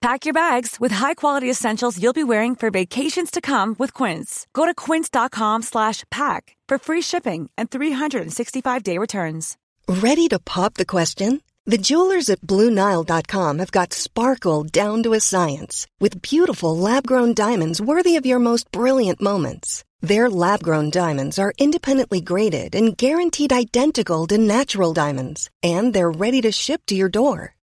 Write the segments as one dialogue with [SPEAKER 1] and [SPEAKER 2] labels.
[SPEAKER 1] Pack your bags with high-quality essentials you'll be wearing for vacations to come with Quince. Go to quince.com/pack for free shipping and 365-day returns.
[SPEAKER 2] Ready to pop the question? The jewelers at BlueNile.com have got sparkle down to a science with beautiful lab grown diamonds worthy of your most brilliant moments. Their lab grown diamonds are independently graded and guaranteed identical to natural diamonds, and they're ready to ship to your door.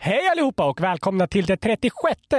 [SPEAKER 3] Hej allihopa och välkomna till det 36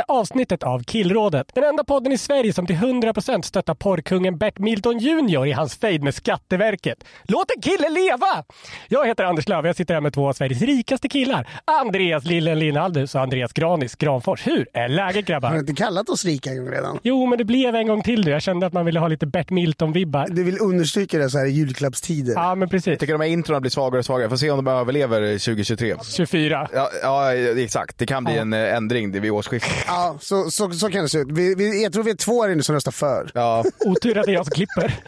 [SPEAKER 3] avsnittet av Killrådet. Den enda podden i Sverige som till 100% stöttar porrkungen Bert Milton Jr i hans fejd med Skatteverket. Låt en kille leva! Jag heter Anders Löf och jag sitter här med två av Sveriges rikaste killar. Andreas Lillen Linaldus och Andreas Granis Granfors. Hur är läget
[SPEAKER 4] Har du
[SPEAKER 3] grabbar?
[SPEAKER 4] inte kallat oss rika en gång redan?
[SPEAKER 3] Jo, men det blev en gång till du. Jag kände att man ville ha lite Bert Milton-vibbar.
[SPEAKER 4] Du vill understryka det så här i julklappstider.
[SPEAKER 3] Ja, men precis.
[SPEAKER 5] Jag tycker de här introna blir svagare och svagare. Får se om de överlever 2023.
[SPEAKER 3] 24.
[SPEAKER 5] Ja, ja exakt. Det kan bli en eh, ändring det vid årsskiftet.
[SPEAKER 4] Ja, så, så, så kan det se ut. Vi, vi, jag tror vi är två här inne som röstar för.
[SPEAKER 5] Ja.
[SPEAKER 3] Otur att det är jag som klipper.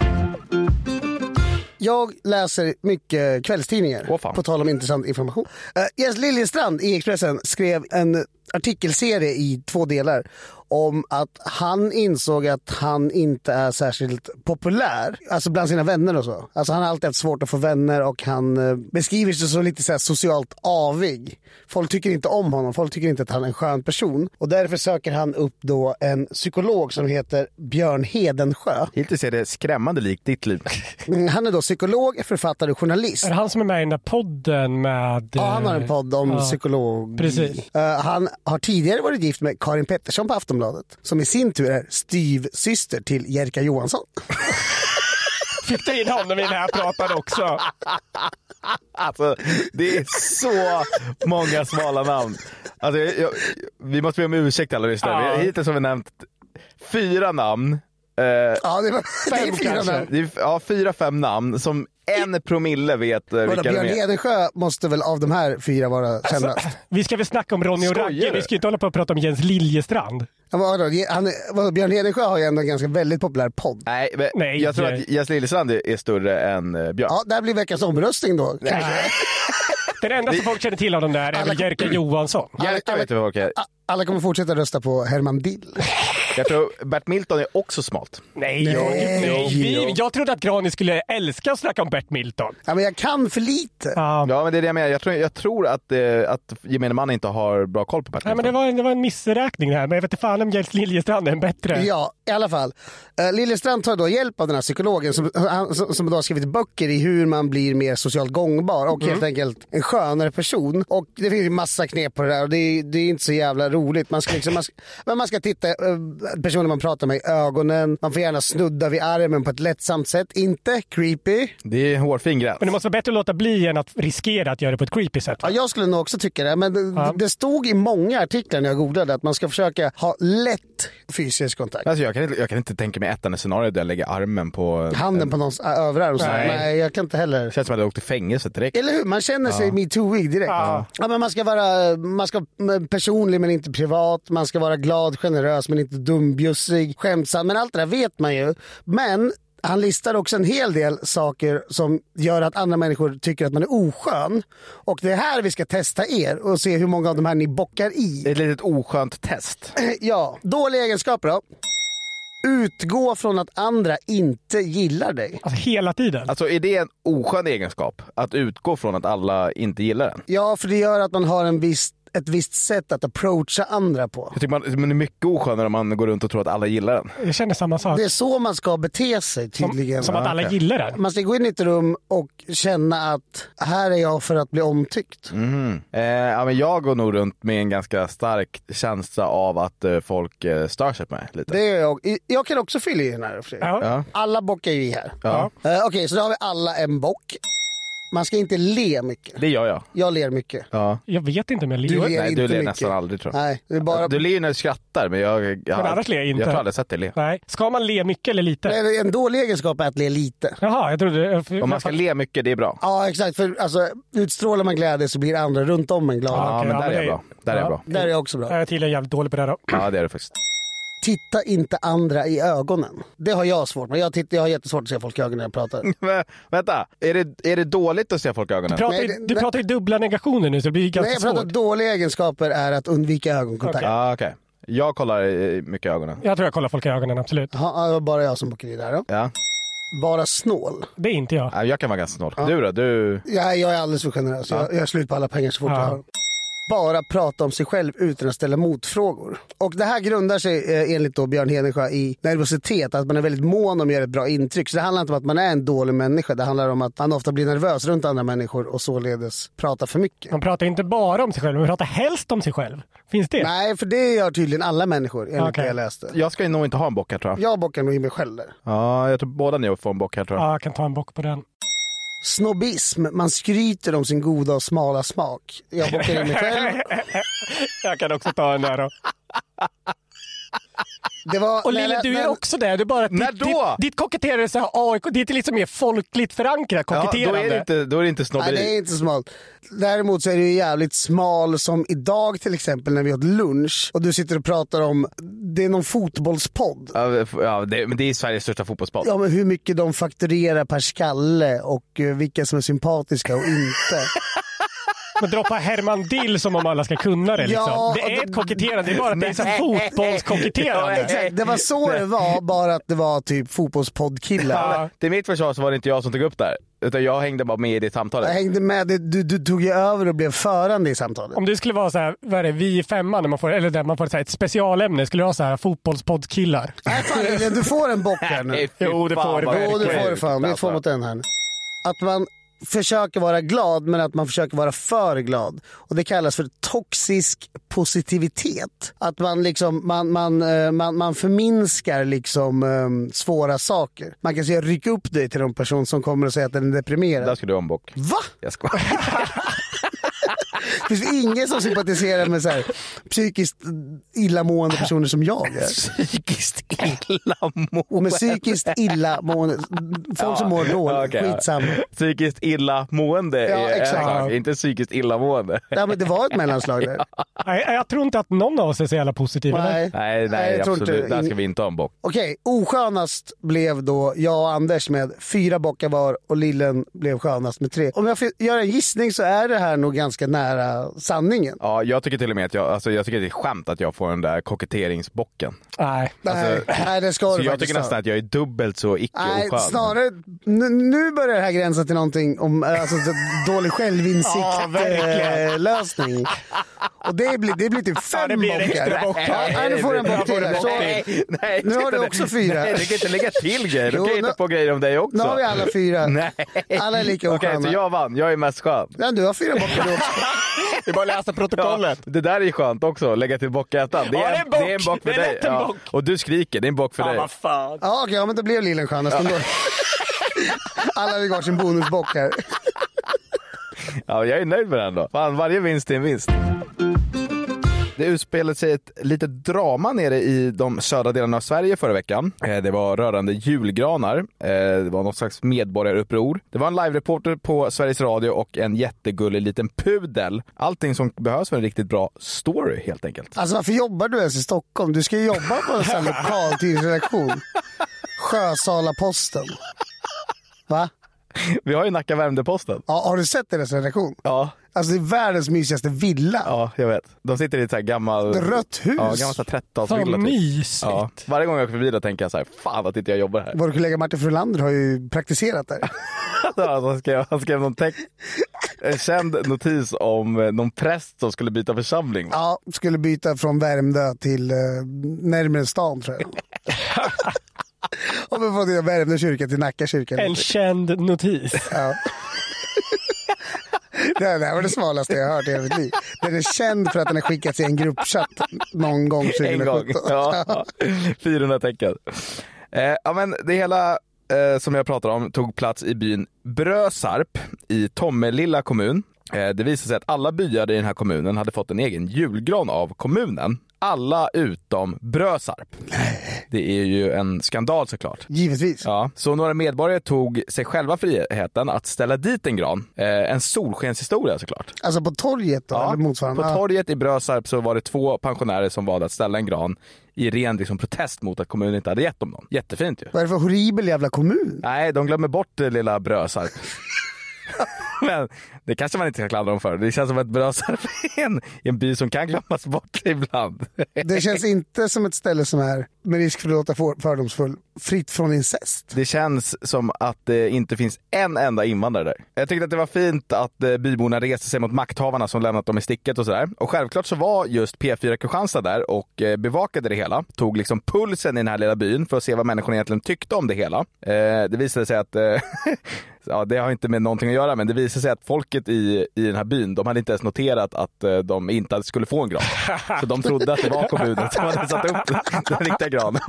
[SPEAKER 4] Jag läser mycket kvällstidningar,
[SPEAKER 5] Åh, fan.
[SPEAKER 4] på tal om intressant information. Eh, Jens Liljestrand i Expressen skrev en artikelserie i två delar om att han insåg att han inte är särskilt populär, alltså bland sina vänner och så. Alltså han har alltid haft svårt att få vänner och han eh, beskriver sig som lite så här socialt avig. Folk tycker inte om honom, folk tycker inte att han är en skön person. Och därför söker han upp då en psykolog som heter Björn Hedensjö.
[SPEAKER 5] Hittills är det skrämmande likt ditt liv.
[SPEAKER 4] Mm, Han är då psykolog, författare och journalist.
[SPEAKER 3] Är det han som är med i den där podden med... eh,
[SPEAKER 4] Ja, han har en podd om psykologi.
[SPEAKER 3] Precis.
[SPEAKER 4] Eh, han har tidigare varit gift med Karin Pettersson på Aftonbladet, som i sin tur är styvsyster till Jerka Johansson.
[SPEAKER 3] Fick du in honom i den här pratan också?
[SPEAKER 5] Alltså, det är så många smala namn. Alltså, jag, jag, vi måste be om ursäkt till alla lyssnare.
[SPEAKER 3] Ja.
[SPEAKER 5] Vi- Hittills har vi nämnt fyra namn. Eh,
[SPEAKER 4] Ja, det, var, det är fyra
[SPEAKER 3] kanske.
[SPEAKER 4] namn.
[SPEAKER 5] det är, ja, fyra, fem namn som en promille vet eh,
[SPEAKER 4] Vadå,
[SPEAKER 5] vilka
[SPEAKER 4] Björn
[SPEAKER 5] de är.
[SPEAKER 4] Hedensjö måste väl av de här fyra vara kändast?
[SPEAKER 3] Vi ska väl snacka om Ronny och
[SPEAKER 5] Skojar
[SPEAKER 3] Ragge,
[SPEAKER 5] du?
[SPEAKER 3] vi ska ju inte hålla på och prata om Jens Liljestrand.
[SPEAKER 4] Ja, men vadå, Ge- han är- vadå, Björn Hedensjö har ju ändå en ganska väldigt populär podd.
[SPEAKER 5] Nej, men
[SPEAKER 3] Nej,
[SPEAKER 5] jag tror
[SPEAKER 3] det-
[SPEAKER 5] att Jens Lillestrand är är större än eh, Björn.
[SPEAKER 4] Ja, där blir veckans omröstning då. kanske.
[SPEAKER 3] Den enda som folk känner till av dem där är väl Jerka Johansson.
[SPEAKER 5] Jerka vet du vad folk är.
[SPEAKER 4] A- Alla kommer fortsätta rösta på Herman Dill.
[SPEAKER 5] Jag tror Bert Milton är också smalt.
[SPEAKER 3] Nej, nej, nej. Vi,
[SPEAKER 5] jo.
[SPEAKER 3] jag trodde att Granis skulle älska att snacka om Bert Milton.
[SPEAKER 4] Ja, men jag kan för lite.
[SPEAKER 3] Ja.
[SPEAKER 5] Ja, men det är det jag menar. Jag tror, jag tror att, eh, att gemene man inte har bra koll på Bert
[SPEAKER 3] Nej,
[SPEAKER 5] Milton.
[SPEAKER 3] men det, var en, det var en missräkning det här, men jag vet inte fan om Jens Liljestrand är en bättre.
[SPEAKER 4] Ja, i alla fall. Eh, Lillestrand tar då hjälp av den här psykologen som, han, som som då har skrivit böcker i hur man blir mer socialt gångbar och helt enkelt en skönare person. Och det finns ju massa knep på det där och det är, det är inte så jävla roligt. Man ska, liksom, man ska, men man ska titta eh, personer man pratar med i ögonen, man får gärna snudda vid armen på ett lättsamt sätt. Inte creepy.
[SPEAKER 5] Det är en hårfin gräns.
[SPEAKER 3] Men det måste vara bättre att låta bli än att riskera att göra det på ett creepy sätt.
[SPEAKER 4] Ja, jag skulle nog också tycka det, men det, det stod i många artiklar när jag googlade att man ska försöka ha lätt fysisk kontakt.
[SPEAKER 5] Alltså, jag, kan inte, jag kan inte tänka mig ett enda scenario där jag lägger armen på...
[SPEAKER 4] Handen på någons ä, överarm. och så.
[SPEAKER 3] Nej.
[SPEAKER 4] Nej, jag kan inte heller.
[SPEAKER 5] Det känns som att jag åkte till fängelse direkt.
[SPEAKER 4] Eller hur? Man känner sig metooig direkt. Ja.
[SPEAKER 3] Ja.
[SPEAKER 4] men man ska vara man ska vara personlig men inte privat. Man ska vara glad, generös men inte dumbjussig, skämtsam. Men allt det där vet man ju. Men han listar också en hel del saker som gör att andra människor tycker att man är oskön. Och det är här vi ska testa er och se hur många av de här ni bockar i.
[SPEAKER 5] Ett litet oskönt test.
[SPEAKER 4] Ja, dåliga egenskaper då. Utgå från att andra inte gillar dig.
[SPEAKER 3] Alltså hela tiden.
[SPEAKER 5] Alltså är det en oskön egenskap? Att utgå från att alla inte gillar den?
[SPEAKER 4] Ja, för det gör att man har en viss ett visst sätt att approacha andra på.
[SPEAKER 5] Jag tycker man, man är mycket oskönare om man går runt och tror att alla gillar den.
[SPEAKER 3] Jag känner samma sak.
[SPEAKER 4] Det är så man ska bete sig tydligen.
[SPEAKER 3] Som, som att alla gillar den.
[SPEAKER 4] Man ska gå in i ett rum och känna att här är jag för att bli omtyckt.
[SPEAKER 3] Mhm.
[SPEAKER 5] Eh, ja, men jag går nog runt med en ganska stark känsla av att eh, folk eh, stör sig på mig lite.
[SPEAKER 4] Det är jag. jag kan också fylla i den här. i och för sig.
[SPEAKER 3] Ja.
[SPEAKER 5] Ja.
[SPEAKER 4] Alla bockar ju i här.
[SPEAKER 5] Ja.
[SPEAKER 4] Eh, Okej, så då har vi alla en bock. Man ska inte le mycket.
[SPEAKER 5] Det gör jag.
[SPEAKER 4] Jag ler mycket.
[SPEAKER 5] Ja.
[SPEAKER 3] Jag vet inte om jag
[SPEAKER 4] Du
[SPEAKER 3] lever.
[SPEAKER 4] ler
[SPEAKER 5] Nej,
[SPEAKER 4] inte
[SPEAKER 5] du ler
[SPEAKER 4] mycket.
[SPEAKER 5] nästan aldrig tror jag.
[SPEAKER 4] Nej, det är bara...
[SPEAKER 5] Du ler ju när du skrattar men jag, jag,
[SPEAKER 3] Men annars ler jag inte.
[SPEAKER 5] jag tror aldrig sett dig le.
[SPEAKER 3] Nej. Ska man le mycket eller lite?
[SPEAKER 4] Nej, En dålig egenskap är att le lite.
[SPEAKER 3] Jaha, jag trodde...
[SPEAKER 5] Om man ska le mycket, det är bra.
[SPEAKER 4] Ja, exakt. För alltså, utstrålar man glädje så blir andra runt om en glada.
[SPEAKER 5] Ja,
[SPEAKER 3] okej,
[SPEAKER 5] men
[SPEAKER 3] ja,
[SPEAKER 5] där
[SPEAKER 3] men
[SPEAKER 5] är jag
[SPEAKER 3] det-
[SPEAKER 5] bra. Där är
[SPEAKER 3] ja.
[SPEAKER 5] jag bra.
[SPEAKER 4] Där är jag också bra.
[SPEAKER 3] Ja, Jag är tydligen jävligt dålig på det här då.
[SPEAKER 5] Ja, det är du faktiskt.
[SPEAKER 4] Titta inte andra i ögonen. Det har jag svårt med. Jag, tittar, jag har jättesvårt att se folk i ögonen när jag pratar.
[SPEAKER 5] Men, vänta, är det, är det dåligt att se folk i ögonen?
[SPEAKER 3] Pratar
[SPEAKER 4] Nej,
[SPEAKER 3] i-
[SPEAKER 4] det-
[SPEAKER 3] du
[SPEAKER 4] nej.
[SPEAKER 3] pratar i dubbla negationer nu så det blir
[SPEAKER 4] Nej,
[SPEAKER 3] ganska
[SPEAKER 4] jag pratar
[SPEAKER 3] svårt.
[SPEAKER 4] dåliga egenskaper är att undvika ögonkontakt.
[SPEAKER 3] Okej.
[SPEAKER 5] Ja, okej. Jag kollar eh, mycket i ögonen.
[SPEAKER 3] Jag tror jag kollar folk i ögonen, absolut.
[SPEAKER 4] Ja, det var bara jag som bockade i där. Då.
[SPEAKER 5] Ja.
[SPEAKER 4] Vara snål.
[SPEAKER 3] Det är inte jag.
[SPEAKER 5] Ja, Jag kan vara ganska snål. Du då? Du...
[SPEAKER 4] Jag, jag är alldeles för generös. Jag, jag är slut på alla pengar så fort
[SPEAKER 3] Ja.
[SPEAKER 4] jag har. Bara prata om sig själv utan att ställa motfrågor. Och det här grundar sig eh, enligt då Björn Hedensjö i nervositet, att man är väldigt mån om att göra ett bra intryck. Så det handlar inte om att man är en dålig människa, det handlar om att man ofta blir nervös runt andra människor och således pratar för mycket.
[SPEAKER 3] Man pratar inte bara om sig själv, man pratar helst om sig själv. Finns det?
[SPEAKER 4] Nej, för det gör tydligen alla människor enligt
[SPEAKER 3] Okej.
[SPEAKER 4] det jag läste.
[SPEAKER 5] Jag ska ju nog inte ha en bock här tror jag.
[SPEAKER 4] Jag bockar nog i mig själv där.
[SPEAKER 5] Ja, jag tror båda ni får en bock här tror jag.
[SPEAKER 3] Ja, jag kan ta en bock på den.
[SPEAKER 4] Snobbism, man skryter om sin goda och smala smak. Jag bockar i mig själv.
[SPEAKER 3] Jag kan också ta en där då.
[SPEAKER 4] Det var,
[SPEAKER 3] Och
[SPEAKER 4] när-
[SPEAKER 3] Lille, du
[SPEAKER 4] när-
[SPEAKER 3] är också där. Det är bara att
[SPEAKER 5] När
[SPEAKER 3] ditt,
[SPEAKER 5] då?
[SPEAKER 3] ditt, ditt koketterande är så här AIK, det är liksom mer folkligt förankrat
[SPEAKER 5] Ja, då,
[SPEAKER 3] koketterande.
[SPEAKER 5] är det inte, då är det inte
[SPEAKER 4] Nej, det
[SPEAKER 5] snobberi.
[SPEAKER 4] är inte smalt. Däremot så är det ju jävligt smal som idag till exempel när vi åt lunch och du sitter och pratar om, det är någon fotbollspodd.
[SPEAKER 5] Ja, f- Ja, det, men det är Sveriges största fotbollspodd.
[SPEAKER 4] Ja, men hur mycket de fakturerar per skalle och eh, vilka som är sympatiska och inte.
[SPEAKER 3] Men droppa Herman Dill som om alla ska kunna det. Liksom.
[SPEAKER 4] Ja,
[SPEAKER 3] det är
[SPEAKER 4] och
[SPEAKER 3] ett koketterande, det är bara att det är så här
[SPEAKER 5] Ja,
[SPEAKER 3] fotbollskoketterande.
[SPEAKER 5] exakt.
[SPEAKER 4] Det var så det var, bara att det var typ fotbollspoddkillar.
[SPEAKER 3] Ja.
[SPEAKER 5] Till mitt försvar så var det inte jag som tog upp det här. Utan jag hängde bara med i det
[SPEAKER 4] Jag
[SPEAKER 5] samtalet.
[SPEAKER 4] hängde med, dig. du, du tog ju över och blev förande i samtalet.
[SPEAKER 3] Om det skulle vara så här, vad är det, vi i femman, när man får, eller där man får så här ett specialämne, skulle det vara så här fotbollspoddkillar?
[SPEAKER 4] Nej fan Lilian, du får en bock här nu.
[SPEAKER 5] Nej, fy
[SPEAKER 3] Jo, det
[SPEAKER 5] fan,
[SPEAKER 3] får du
[SPEAKER 5] vad
[SPEAKER 4] Jo, det
[SPEAKER 5] äckligt.
[SPEAKER 4] får du fan. Det är två mot en här. nu. Att man försöker vara glad men att man försöker vara för glad. Och Det kallas för toxisk positivitet. Att man, liksom, man, man, eh, man, man förminskar liksom, eh, svåra saker. Man kan säga ryck upp dig till de person som kommer och säger att den är
[SPEAKER 5] Där
[SPEAKER 4] deprimerad.
[SPEAKER 5] ska du ha en bock.
[SPEAKER 4] Va?
[SPEAKER 5] Jag skojar.
[SPEAKER 4] Finns det ingen som sympatiserar med så här, psykiskt illamående personer som jag är?
[SPEAKER 5] Psykiskt illamående.
[SPEAKER 4] Och med psykiskt illamående, folk som mår dåligt,
[SPEAKER 5] Okej, ja.
[SPEAKER 4] skitsamma.
[SPEAKER 5] Psykiskt illamående
[SPEAKER 4] Ja,
[SPEAKER 5] är en
[SPEAKER 4] exakt.
[SPEAKER 5] sak, inte psykiskt illamående.
[SPEAKER 4] Ja, men det var ett mellanslag där.
[SPEAKER 3] Nej, jag tror inte att någon av oss är så jävla positiv. eller?
[SPEAKER 4] Nej,
[SPEAKER 5] Nej, nej,
[SPEAKER 4] jag tror
[SPEAKER 5] absolut.
[SPEAKER 4] inte-
[SPEAKER 5] Där ska vi inte ha en bock.
[SPEAKER 4] Okej, oskönast blev då jag och Anders med fyra bockar var och Lillen blev skönast med tre. Om jag får göra en gissning så är det här nog ganska nära sanningen.
[SPEAKER 5] Ja, jag tycker till och med att jag, alltså, jag tycker det är skämt att jag får den där koketteringsbocken.
[SPEAKER 3] Nej.
[SPEAKER 4] Nej, nej, det ska
[SPEAKER 5] Alltså, Så
[SPEAKER 4] du
[SPEAKER 5] jag
[SPEAKER 4] faktiskt
[SPEAKER 5] tycker
[SPEAKER 4] ha.
[SPEAKER 5] nästan att jag är dubbelt så
[SPEAKER 4] Nej,
[SPEAKER 5] icke-oskön.
[SPEAKER 4] snarare, nu, nu börjar det här gränsa till någonting om eh, alltså, så dålig
[SPEAKER 3] Ja,
[SPEAKER 4] självinsikt-lösning.
[SPEAKER 3] verkligen.
[SPEAKER 4] Eh, lösning. och det blir, det blir typ fem
[SPEAKER 3] Ja, det blir en extra bock.
[SPEAKER 4] bockar. Ja, nu får du en bock till. här. Så-
[SPEAKER 5] Nej, nej,
[SPEAKER 4] Nu har du
[SPEAKER 5] vänta
[SPEAKER 4] också fyra.
[SPEAKER 5] Nej, du kan inte lägga till grejer. Du
[SPEAKER 4] Jo,
[SPEAKER 5] kan
[SPEAKER 4] nu-
[SPEAKER 5] hitta på grejer om dig också.
[SPEAKER 4] Nu har vi alla fyra.
[SPEAKER 5] Nej.
[SPEAKER 4] Alla är lika
[SPEAKER 5] Okej,
[SPEAKER 4] osköna.
[SPEAKER 5] så jag vann. Jag är mest skön.
[SPEAKER 4] ja, du har fyra bockar du också.
[SPEAKER 3] Det är bara att läsa protokollet.
[SPEAKER 5] Ja, det där är skönt också, lägga till bockätan. Det,
[SPEAKER 3] Ja,
[SPEAKER 5] är-
[SPEAKER 3] det är en bock.
[SPEAKER 5] det är en bock för
[SPEAKER 3] Det är
[SPEAKER 5] dig.
[SPEAKER 3] lätt en bock.
[SPEAKER 5] Och du skriker, det är en bock för
[SPEAKER 3] Fan
[SPEAKER 5] dig.
[SPEAKER 3] vad fan.
[SPEAKER 4] Ja, okej, ja, men då blev Lillen skönast ändå. Alla vill ha sin bonusbock här.
[SPEAKER 5] Ja, jag är nöjd med den då. Fan, varje vinst är en vinst. Det utspelade sig ett litet drama nere i de södra delarna av Sverige förra veckan. Eh, Det var rörande julgranar. Eh, Det var något slags medborgaruppror. Det var en live-reporter på Sveriges Radio och en jättegullig liten pudel. Allting som behövs för en riktigt bra story helt enkelt.
[SPEAKER 4] Alltså varför jobbar du ens i Stockholm? Du ska ju jobba på en sån här lokaltidningsredaktion. Sjösala-Posten. Va?
[SPEAKER 5] Vi har ju Nacka Värmdö-Posten.
[SPEAKER 4] Ja, har du sett deras redaktion?
[SPEAKER 5] Ja,
[SPEAKER 4] Alltså det är världens mysigaste villa.
[SPEAKER 5] ja, jag vet. De sitter i ett så här gammalt...
[SPEAKER 4] Ett rött hus.
[SPEAKER 5] Ja, gammalt så här 30-talsvilla.
[SPEAKER 3] Fan,
[SPEAKER 5] typ.
[SPEAKER 3] mysigt.
[SPEAKER 5] Ja. Varje gång jag åker förbi då tänker jag så här, fan att inte jag jobbar här.
[SPEAKER 4] Vår kollega Martin Frölander har ju praktiserat där.
[SPEAKER 5] Ja, Han skrev, han skrev någon text. en känd notis om eh, någon präst som skulle byta församling. va?
[SPEAKER 4] Ja, skulle byta från Värmdö till eh, närmare stan tror jag. Om vi får Värmdö kyrka till Nacka kyrka.
[SPEAKER 3] En känd notis.
[SPEAKER 4] Ja. Det här det här var det smalaste jag har hört i hela mitt liv. Den är känd för att den har skickats i en gruppchatt någon gång 2017.
[SPEAKER 5] En gång. Ja. 400 tecken. Eh, ja, men det hela eh, som jag pratar om tog plats i byn Brösarp i Tommelilla kommun. Eh, det visade sig att alla byar i den här kommunen hade fått en egen julgran av kommunen. Alla utom Brösarp. Det är ju en skandal såklart.
[SPEAKER 4] Givetvis.
[SPEAKER 5] Ja. Så några medborgare tog sig själva friheten att ställa dit en gran. Eh, en solskenshistoria såklart.
[SPEAKER 4] Alltså på torget då, eller motsvarande.
[SPEAKER 5] På torget i Brösarp så var det två pensionärer som valde att ställa en gran i ren liksom, protest mot att kommunen inte hade gett dem någon. Jättefint ju.
[SPEAKER 4] Vad är det för horribel jävla kommun?
[SPEAKER 5] Nej, de glömmer bort det lilla Brösarp. Men det kanske man inte ska klandra dem för. Det känns som att Brösarp är en, en by som kan glömmas bort ibland.
[SPEAKER 4] Det känns inte som ett ställe som är, med risk för att låta för- fördomsfull, fritt från incest.
[SPEAKER 5] Det känns som att det inte finns en enda invandrare där. Jag tyckte att det var fint att eh, byborna reste sig mot makthavarna som lämnat dem i sticket och sådär. Och självklart så var just P4 Kristianstad där och eh, bevakade det hela. Tog liksom pulsen i den här lilla byn för att se vad människorna egentligen tyckte om det hela. Eh, Det visade sig att eh, Ja, det har inte med någonting att göra, men det visade sig att folket i, i den här byn, de hade inte ens noterat att eh, de inte skulle få en gran. Så de trodde att det var kommunen som hade satt upp den- den riktiga granen.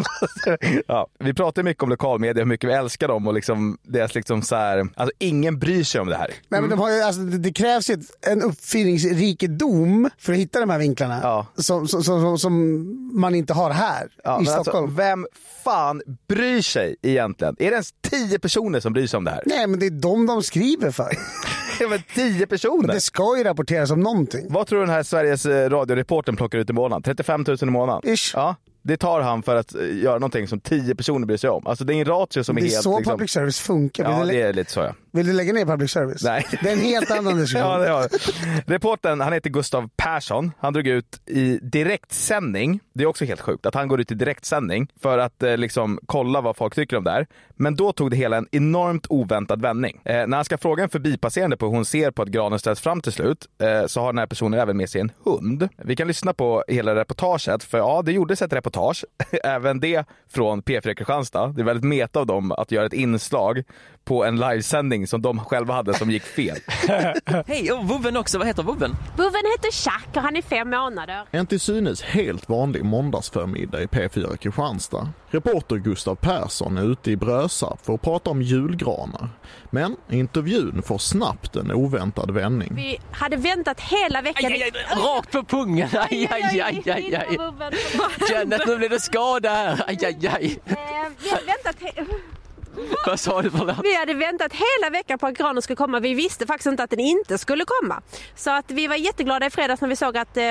[SPEAKER 5] Ja, vi pratar ju mycket om lokalmedia, hur mycket vi älskar dem och liksom deras liksom så här, alltså ingen bryr sig om det här.
[SPEAKER 4] Nej, men de har ju, alltså, det, det krävs ju ett, en uppfinningsrikedom för att hitta de här vinklarna
[SPEAKER 5] Ja.
[SPEAKER 4] som, som, som, som man inte har här
[SPEAKER 5] Ja,
[SPEAKER 4] i
[SPEAKER 5] men
[SPEAKER 4] Stockholm.
[SPEAKER 5] Alltså, vem fan bryr sig egentligen? Är det ens tio personer som bryr sig om det här?
[SPEAKER 4] Nej, men det är de de skriver för.
[SPEAKER 5] Ja, men tio personer!
[SPEAKER 4] Det ska ju rapporteras om någonting.
[SPEAKER 5] Vad tror du den här Sveriges eh, radioreportern plockar ut i månaden? 35 000 i månaden?
[SPEAKER 4] Ish.
[SPEAKER 5] Ja. Det tar han för att eh, göra någonting som 10 personer bryr sig om. Alltså det är en ratio som är
[SPEAKER 4] Det är
[SPEAKER 5] helt...
[SPEAKER 4] så
[SPEAKER 5] liksom...
[SPEAKER 4] public service funkar. Vill,
[SPEAKER 5] Ja,
[SPEAKER 4] du, lä-
[SPEAKER 5] det är lite så ja.
[SPEAKER 4] vill du lägga ner public service?
[SPEAKER 5] Nej.
[SPEAKER 4] Det är en helt annan diskussion.
[SPEAKER 5] ja, det har. Reportern, han heter Gustav Persson. Han drog ut i direktsändning. Det är också helt sjukt att han går ut i direktsändning för att eh, liksom kolla vad folk tycker om det här. Men då tog det hela en enormt oväntad vändning. Eh, när han ska fråga en förbipasserande på hur hon ser på att granen ställs fram till slut eh, så har den här personen även med sig en hund. Vi kan lyssna på hela reportaget för ja, det gjordes ett reportage. även det från P4 Kristianstad. Det är väldigt meta av dem att göra ett inslag på en livesändning som de själva hade som gick fel.
[SPEAKER 6] Hej, och vovven också. Vad heter vovven?
[SPEAKER 7] Boven heter Jack och han är fem månader.
[SPEAKER 8] En till synes helt vanlig måndagsförmiddag i P4 Kristianstad. Reporter Gustav Persson är ute i Brösarp för att prata om julgranar. Men intervjun får snabbt en oväntad vändning.
[SPEAKER 7] Vi hade väntat hela
[SPEAKER 6] Aj,
[SPEAKER 7] veckan.
[SPEAKER 6] aj, aj, rakt på pungen! Aj, aj, aj, aj, aj. Kenneth, nu blir det skada här. Aj, aj, aj.
[SPEAKER 7] Eh, Vi hade, väntat he-
[SPEAKER 6] Vad sa du för något?
[SPEAKER 7] vi hade väntat hela veckan på att granen skulle komma. Vi visste faktiskt inte att den inte skulle komma. Så att vi var jätteglada i fredags när vi såg att eh,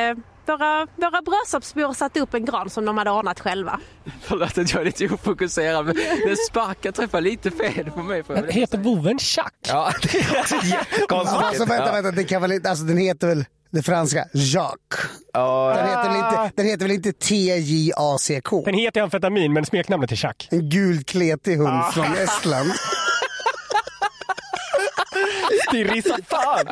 [SPEAKER 7] våra, våra bröllopsbor satte upp en gran som de hade ordnat själva.
[SPEAKER 6] Förlåt att jag är lite ofokuserad, men den sparkar träffar lite fel på mig. Får jag väl
[SPEAKER 3] Heter boven Chuck?
[SPEAKER 5] Ja, det är också jättekonstigt.
[SPEAKER 4] Alltså vänta, vänta. Det kan väl inte, alltså, den heter väl det franska Jacques?
[SPEAKER 5] Ja.
[SPEAKER 4] Den heter väl inte, den heter väl inte T-J-A-C-K?
[SPEAKER 3] Den heter amfetamin men smeknamnet är Chuck.
[SPEAKER 4] En gul kletig hund
[SPEAKER 5] Ah.
[SPEAKER 4] från Estland.
[SPEAKER 3] Stirrig som fan!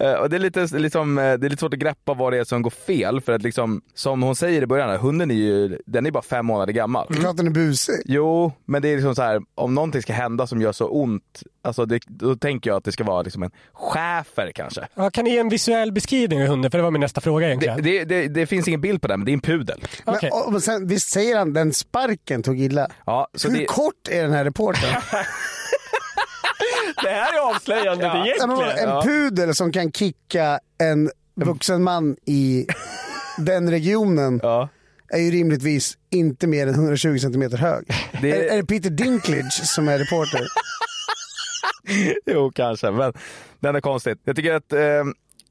[SPEAKER 5] Eh, och det, är lite, liksom, eh, det är lite svårt att greppa vad det är som går fel. För att liksom, som hon säger i början, här, hunden är ju den är bara fem månader gammal.
[SPEAKER 4] Klart den är busig.
[SPEAKER 5] Jo, men det är liksom så här, om någonting ska hända som gör så ont, alltså det, då tänker jag att det ska vara liksom en schäfer kanske.
[SPEAKER 3] Ja, kan ni ge en visuell beskrivning av hunden? För det var min nästa fråga
[SPEAKER 5] Det,
[SPEAKER 3] egentligen.
[SPEAKER 5] det, det, det finns ingen bild på den, men det är en pudel.
[SPEAKER 4] Men,
[SPEAKER 3] Okej.
[SPEAKER 4] och, men sen, visst säger han den sparken tog illa?
[SPEAKER 5] Ja, så
[SPEAKER 4] Hur
[SPEAKER 5] det,
[SPEAKER 4] kort är den här reportern?
[SPEAKER 3] Det här är avslöjande
[SPEAKER 5] Ja.
[SPEAKER 4] Ja, men vadå, En pudel som kan kicka en vuxen man i den regionen
[SPEAKER 5] ja,
[SPEAKER 4] är ju rimligtvis inte mer än 120 centimeter hög.
[SPEAKER 5] Det-
[SPEAKER 4] Är, är det Peter Dinklage som är reporter?
[SPEAKER 5] jo, kanske. Men det är ändå konstigt. Jag tycker att eh,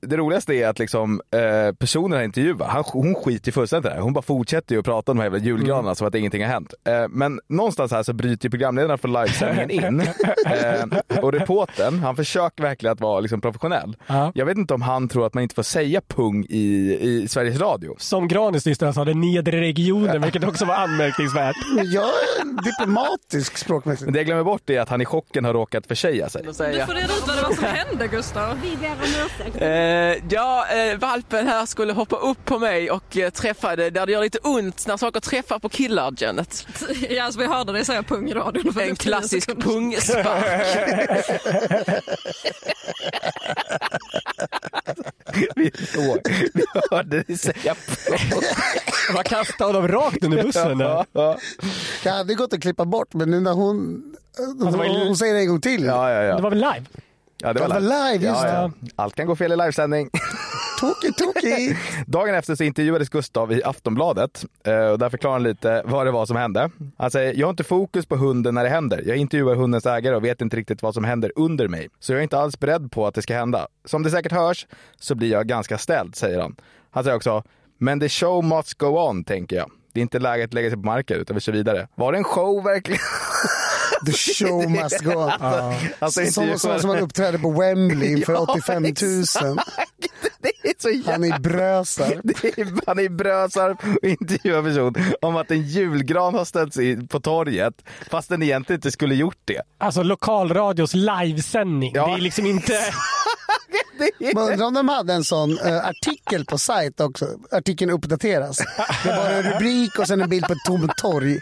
[SPEAKER 5] Det roligaste är att liksom, eh, personen jag intervjuar, han, hon skiter ju fullständigt i det här. Hon bara fortsätter ju att prata om de här jävla julgranarna
[SPEAKER 3] Mm.
[SPEAKER 5] som att ingenting har hänt. Eh, men någonstans här så bryter ju programledaren för livesändningen in. eh, och reportern, han försöker verkligen att vara liksom, professionell.
[SPEAKER 3] Ja.
[SPEAKER 5] Jag vet inte om han tror att man inte får säga pung i, i Sveriges Radio.
[SPEAKER 3] Som Granis nyss när han sa den nedre regionen, vilket också var anmärkningsvärt.
[SPEAKER 4] Jag är diplomatisk språkmässigt.
[SPEAKER 5] Men det jag glömmer bort är att han i chocken har råkat försäga sig.
[SPEAKER 6] Då säger jag.
[SPEAKER 9] reda ut vad det var som hände Gustav.
[SPEAKER 7] Vi ber om ursäkt.
[SPEAKER 6] Eh, ja, eh, valpen här skulle hoppa upp på mig och eh, träffade där det gör lite ont när saker träffar på killar, Janet.
[SPEAKER 9] Ja, alltså, vi hörde dig säga pung i radion för
[SPEAKER 6] En
[SPEAKER 9] typ tio
[SPEAKER 6] klassisk
[SPEAKER 9] sekunder
[SPEAKER 6] pungspark.
[SPEAKER 5] Vi, såg, vi hörde dig säga pung.
[SPEAKER 3] Man kastade honom rakt under bussen.
[SPEAKER 5] Ja, ja,
[SPEAKER 4] Det hade gått att klippa bort, men nu när hon,
[SPEAKER 5] Alltså,
[SPEAKER 3] var ju-
[SPEAKER 4] hon, hon säger det en gång till.
[SPEAKER 5] ja, ja,
[SPEAKER 3] Det
[SPEAKER 5] ja.
[SPEAKER 3] var väl live?
[SPEAKER 5] ja
[SPEAKER 4] Det var live, just
[SPEAKER 5] Ja, ja.
[SPEAKER 4] det.
[SPEAKER 5] Allt kan gå fel i livesändning.
[SPEAKER 4] Tokigt, tokigt.
[SPEAKER 5] Dagen efter så intervjuades Gustav i Aftonbladet eh, och där förklarar han lite vad det var som hände. Han säger, jag har inte fokus på hunden när det händer. Jag intervjuar hundens ägare och vet inte riktigt vad som händer under mig. Så jag är inte alls beredd på att det ska hända. Som det säkert hörs så blir jag ganska ställd, säger han. Han säger också, men the show must go on, tänker jag. Det är inte läge att lägga sig på marken utan vi kör vidare. Var det en show verkligen?
[SPEAKER 4] The show must go on.
[SPEAKER 5] Alltså,
[SPEAKER 4] som,
[SPEAKER 5] intervjuaren-
[SPEAKER 4] som, som han uppträdde på Wembley inför 85 000.
[SPEAKER 5] Det är så jävla...
[SPEAKER 4] Han är i brösar.
[SPEAKER 5] Det är- Han är i Brösarp och intervjuar en person om att en julgran har ställts in på torget fast den egentligen inte skulle gjort det.
[SPEAKER 3] Alltså lokalradios livesändning.
[SPEAKER 5] Ja.
[SPEAKER 3] Det är liksom inte...
[SPEAKER 4] Man undrar om de hade en sån eh, artikel på sajt också. Artikeln uppdateras. Det var en rubrik och sen en bild på ett tomt torg.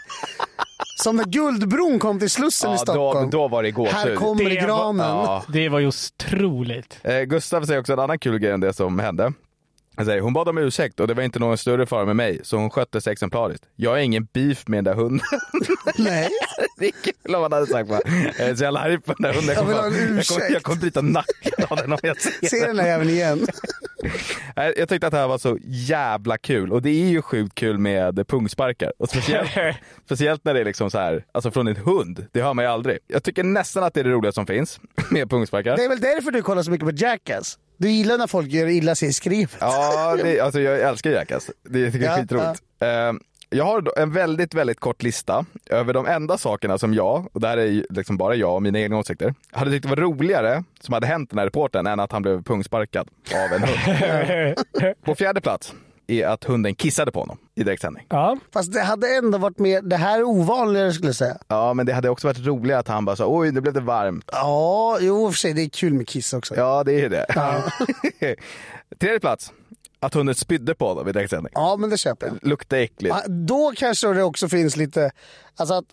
[SPEAKER 4] Som när Guldbron kom till Slussen i
[SPEAKER 5] Ja, då,
[SPEAKER 4] Stockholm.
[SPEAKER 5] då var det gåshud.
[SPEAKER 4] Här kommer
[SPEAKER 3] Det var-
[SPEAKER 4] granen.
[SPEAKER 5] Ja.
[SPEAKER 3] Det var ju otroligt.
[SPEAKER 5] Eh, Gustav säger också en annan kul grej än det som hände. Han säger, hon bad om ursäkt och det var inte någon större fara med mig så hon skötte sig exemplariskt. Jag har ingen beef med den där hunden.
[SPEAKER 4] Nej.
[SPEAKER 5] Det är kul om han hade sagt bara, eh, så jävla arg på den där hunden.
[SPEAKER 4] Jag vill ha en
[SPEAKER 5] kommer- jag kommer- jag
[SPEAKER 4] ursäkt.
[SPEAKER 5] kommer bryta nacken av den om jag ser
[SPEAKER 4] Se den där även igen.
[SPEAKER 5] Nej, Eh, Jag tyckte att det här var så jävla kul och det är ju sjukt kul med pungsparkar. Och speciellt, speciellt när det är liksom så här, alltså från en hund. Det hör man ju aldrig. Jag tycker nästan att det är det roligaste som finns med pungsparkar.
[SPEAKER 4] Det är väl därför du kollar så mycket på Jackass. Du gillar när folk gör illa sig i skrivet.
[SPEAKER 5] Ja, det, alltså jag älskar Jackass. Det tycker jag är
[SPEAKER 4] Ja,
[SPEAKER 5] skitroligt. Eh, Jag har då en väldigt, väldigt kort lista över de enda sakerna som jag, och det här är ju liksom bara jag och mina egna åsikter, hade tyckt var roligare som hade hänt den här reportern än att han blev pungsparkad av en hund. På fjärde plats är att hunden kissade på honom i direktsändning.
[SPEAKER 3] Ja.
[SPEAKER 4] Fast det hade ändå varit mer, det här är ovanligare skulle jag säga.
[SPEAKER 5] Ja, men det hade också varit roligare att han bara sa oj, nu blev det varmt.
[SPEAKER 4] Ja, jo i och för sig det är kul med Kiss också. Ja,
[SPEAKER 5] Ja, det är ju det. Tredje plats, att hunden spydde på honom i direktsändning.
[SPEAKER 4] men det köper jag.
[SPEAKER 5] Lukta äckligt.
[SPEAKER 4] Ja, Då kanske det också finns lite, alltså att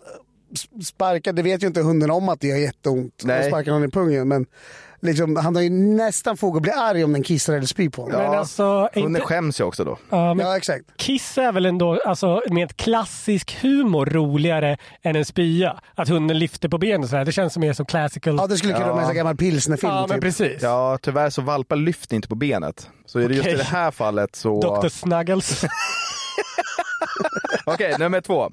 [SPEAKER 4] s- sparka, det vet ju inte hunden om att det gör jätteont.
[SPEAKER 5] Nej.
[SPEAKER 4] Nej. Sparkar någon i pungen men liksom, han har ju nästan fog att bli arg om den kissar eller spyr på honom.
[SPEAKER 3] Men alltså, är
[SPEAKER 5] Hunden
[SPEAKER 3] inte-
[SPEAKER 5] skäms ju också då.
[SPEAKER 3] Ja, men
[SPEAKER 4] Ja, exakt.
[SPEAKER 3] Kiss är väl ändå, alltså, med klassisk humor, roligare än en spya. Att hunden lyfter på benen och sådär. Det känns som mer som classical.
[SPEAKER 4] Ja, det skulle kunna vara en sån gammal pilsnerfilm
[SPEAKER 3] Ja, men
[SPEAKER 4] typ.
[SPEAKER 3] precis.
[SPEAKER 5] Ja, tyvärr så valpar lyfter inte på benet. Så är det just i
[SPEAKER 3] Okej.
[SPEAKER 5] det här fallet så...
[SPEAKER 3] Dr Snuggles.
[SPEAKER 5] Okej, nummer två.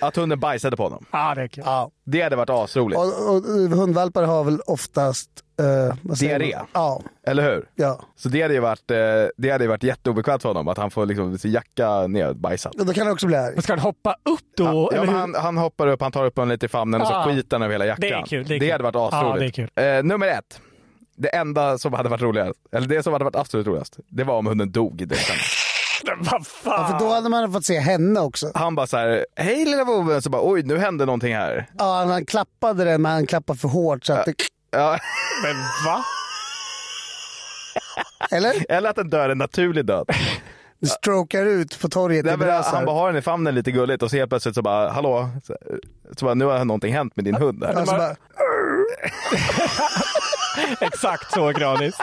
[SPEAKER 5] Att hunden bajsade på honom.
[SPEAKER 3] ja, det är kul.
[SPEAKER 4] Ja.
[SPEAKER 5] Det hade varit asroligt,
[SPEAKER 4] Och, och, och hundvalpar har väl oftast... eh, vad säger man?
[SPEAKER 5] Diarré.
[SPEAKER 4] Ja,
[SPEAKER 5] eller hur?
[SPEAKER 4] ja.
[SPEAKER 5] Så det hade ju varit, eh, det hade ju varit jätteobekvämt för honom att han får liksom sin jacka nerbajsad.
[SPEAKER 4] Och Då kan det också bli arg.
[SPEAKER 3] Men Ska han hoppa upp då?
[SPEAKER 5] Ja,
[SPEAKER 3] eller
[SPEAKER 5] men
[SPEAKER 3] hur?
[SPEAKER 5] han, han hoppar upp, han tar upp honom lite i famnen och så
[SPEAKER 3] Ah.
[SPEAKER 5] skiter han över hela jackan.
[SPEAKER 3] Det är kul, det är kul.
[SPEAKER 5] hade varit
[SPEAKER 3] Ja, det är
[SPEAKER 5] asroligt.
[SPEAKER 3] kul.
[SPEAKER 5] eh, nummer ett. Det enda som hade varit roligast, eller det som hade varit absolut roligast, det var om hunden dog i direktsändning.
[SPEAKER 3] Men Vad fan?
[SPEAKER 4] Ja, för då hade man fått se henne också.
[SPEAKER 5] Han bara så här, hej lilla vovve, så bara oj nu hände någonting här.
[SPEAKER 4] Ja, han- han klappade den men han klappade för hårt så att det...
[SPEAKER 5] Ja.
[SPEAKER 3] Men va?
[SPEAKER 4] Eller?
[SPEAKER 5] Eller att den dör en naturlig död.
[SPEAKER 4] Det strokar ut på torget
[SPEAKER 5] Nej,
[SPEAKER 4] i
[SPEAKER 5] men
[SPEAKER 4] Brösarp.
[SPEAKER 5] han bara har den i famnen lite gulligt och så helt plötsligt så bara hallå, så, så bara, nu har någonting hänt med din hund här.
[SPEAKER 4] Och så bara,
[SPEAKER 3] Exakt så Granis.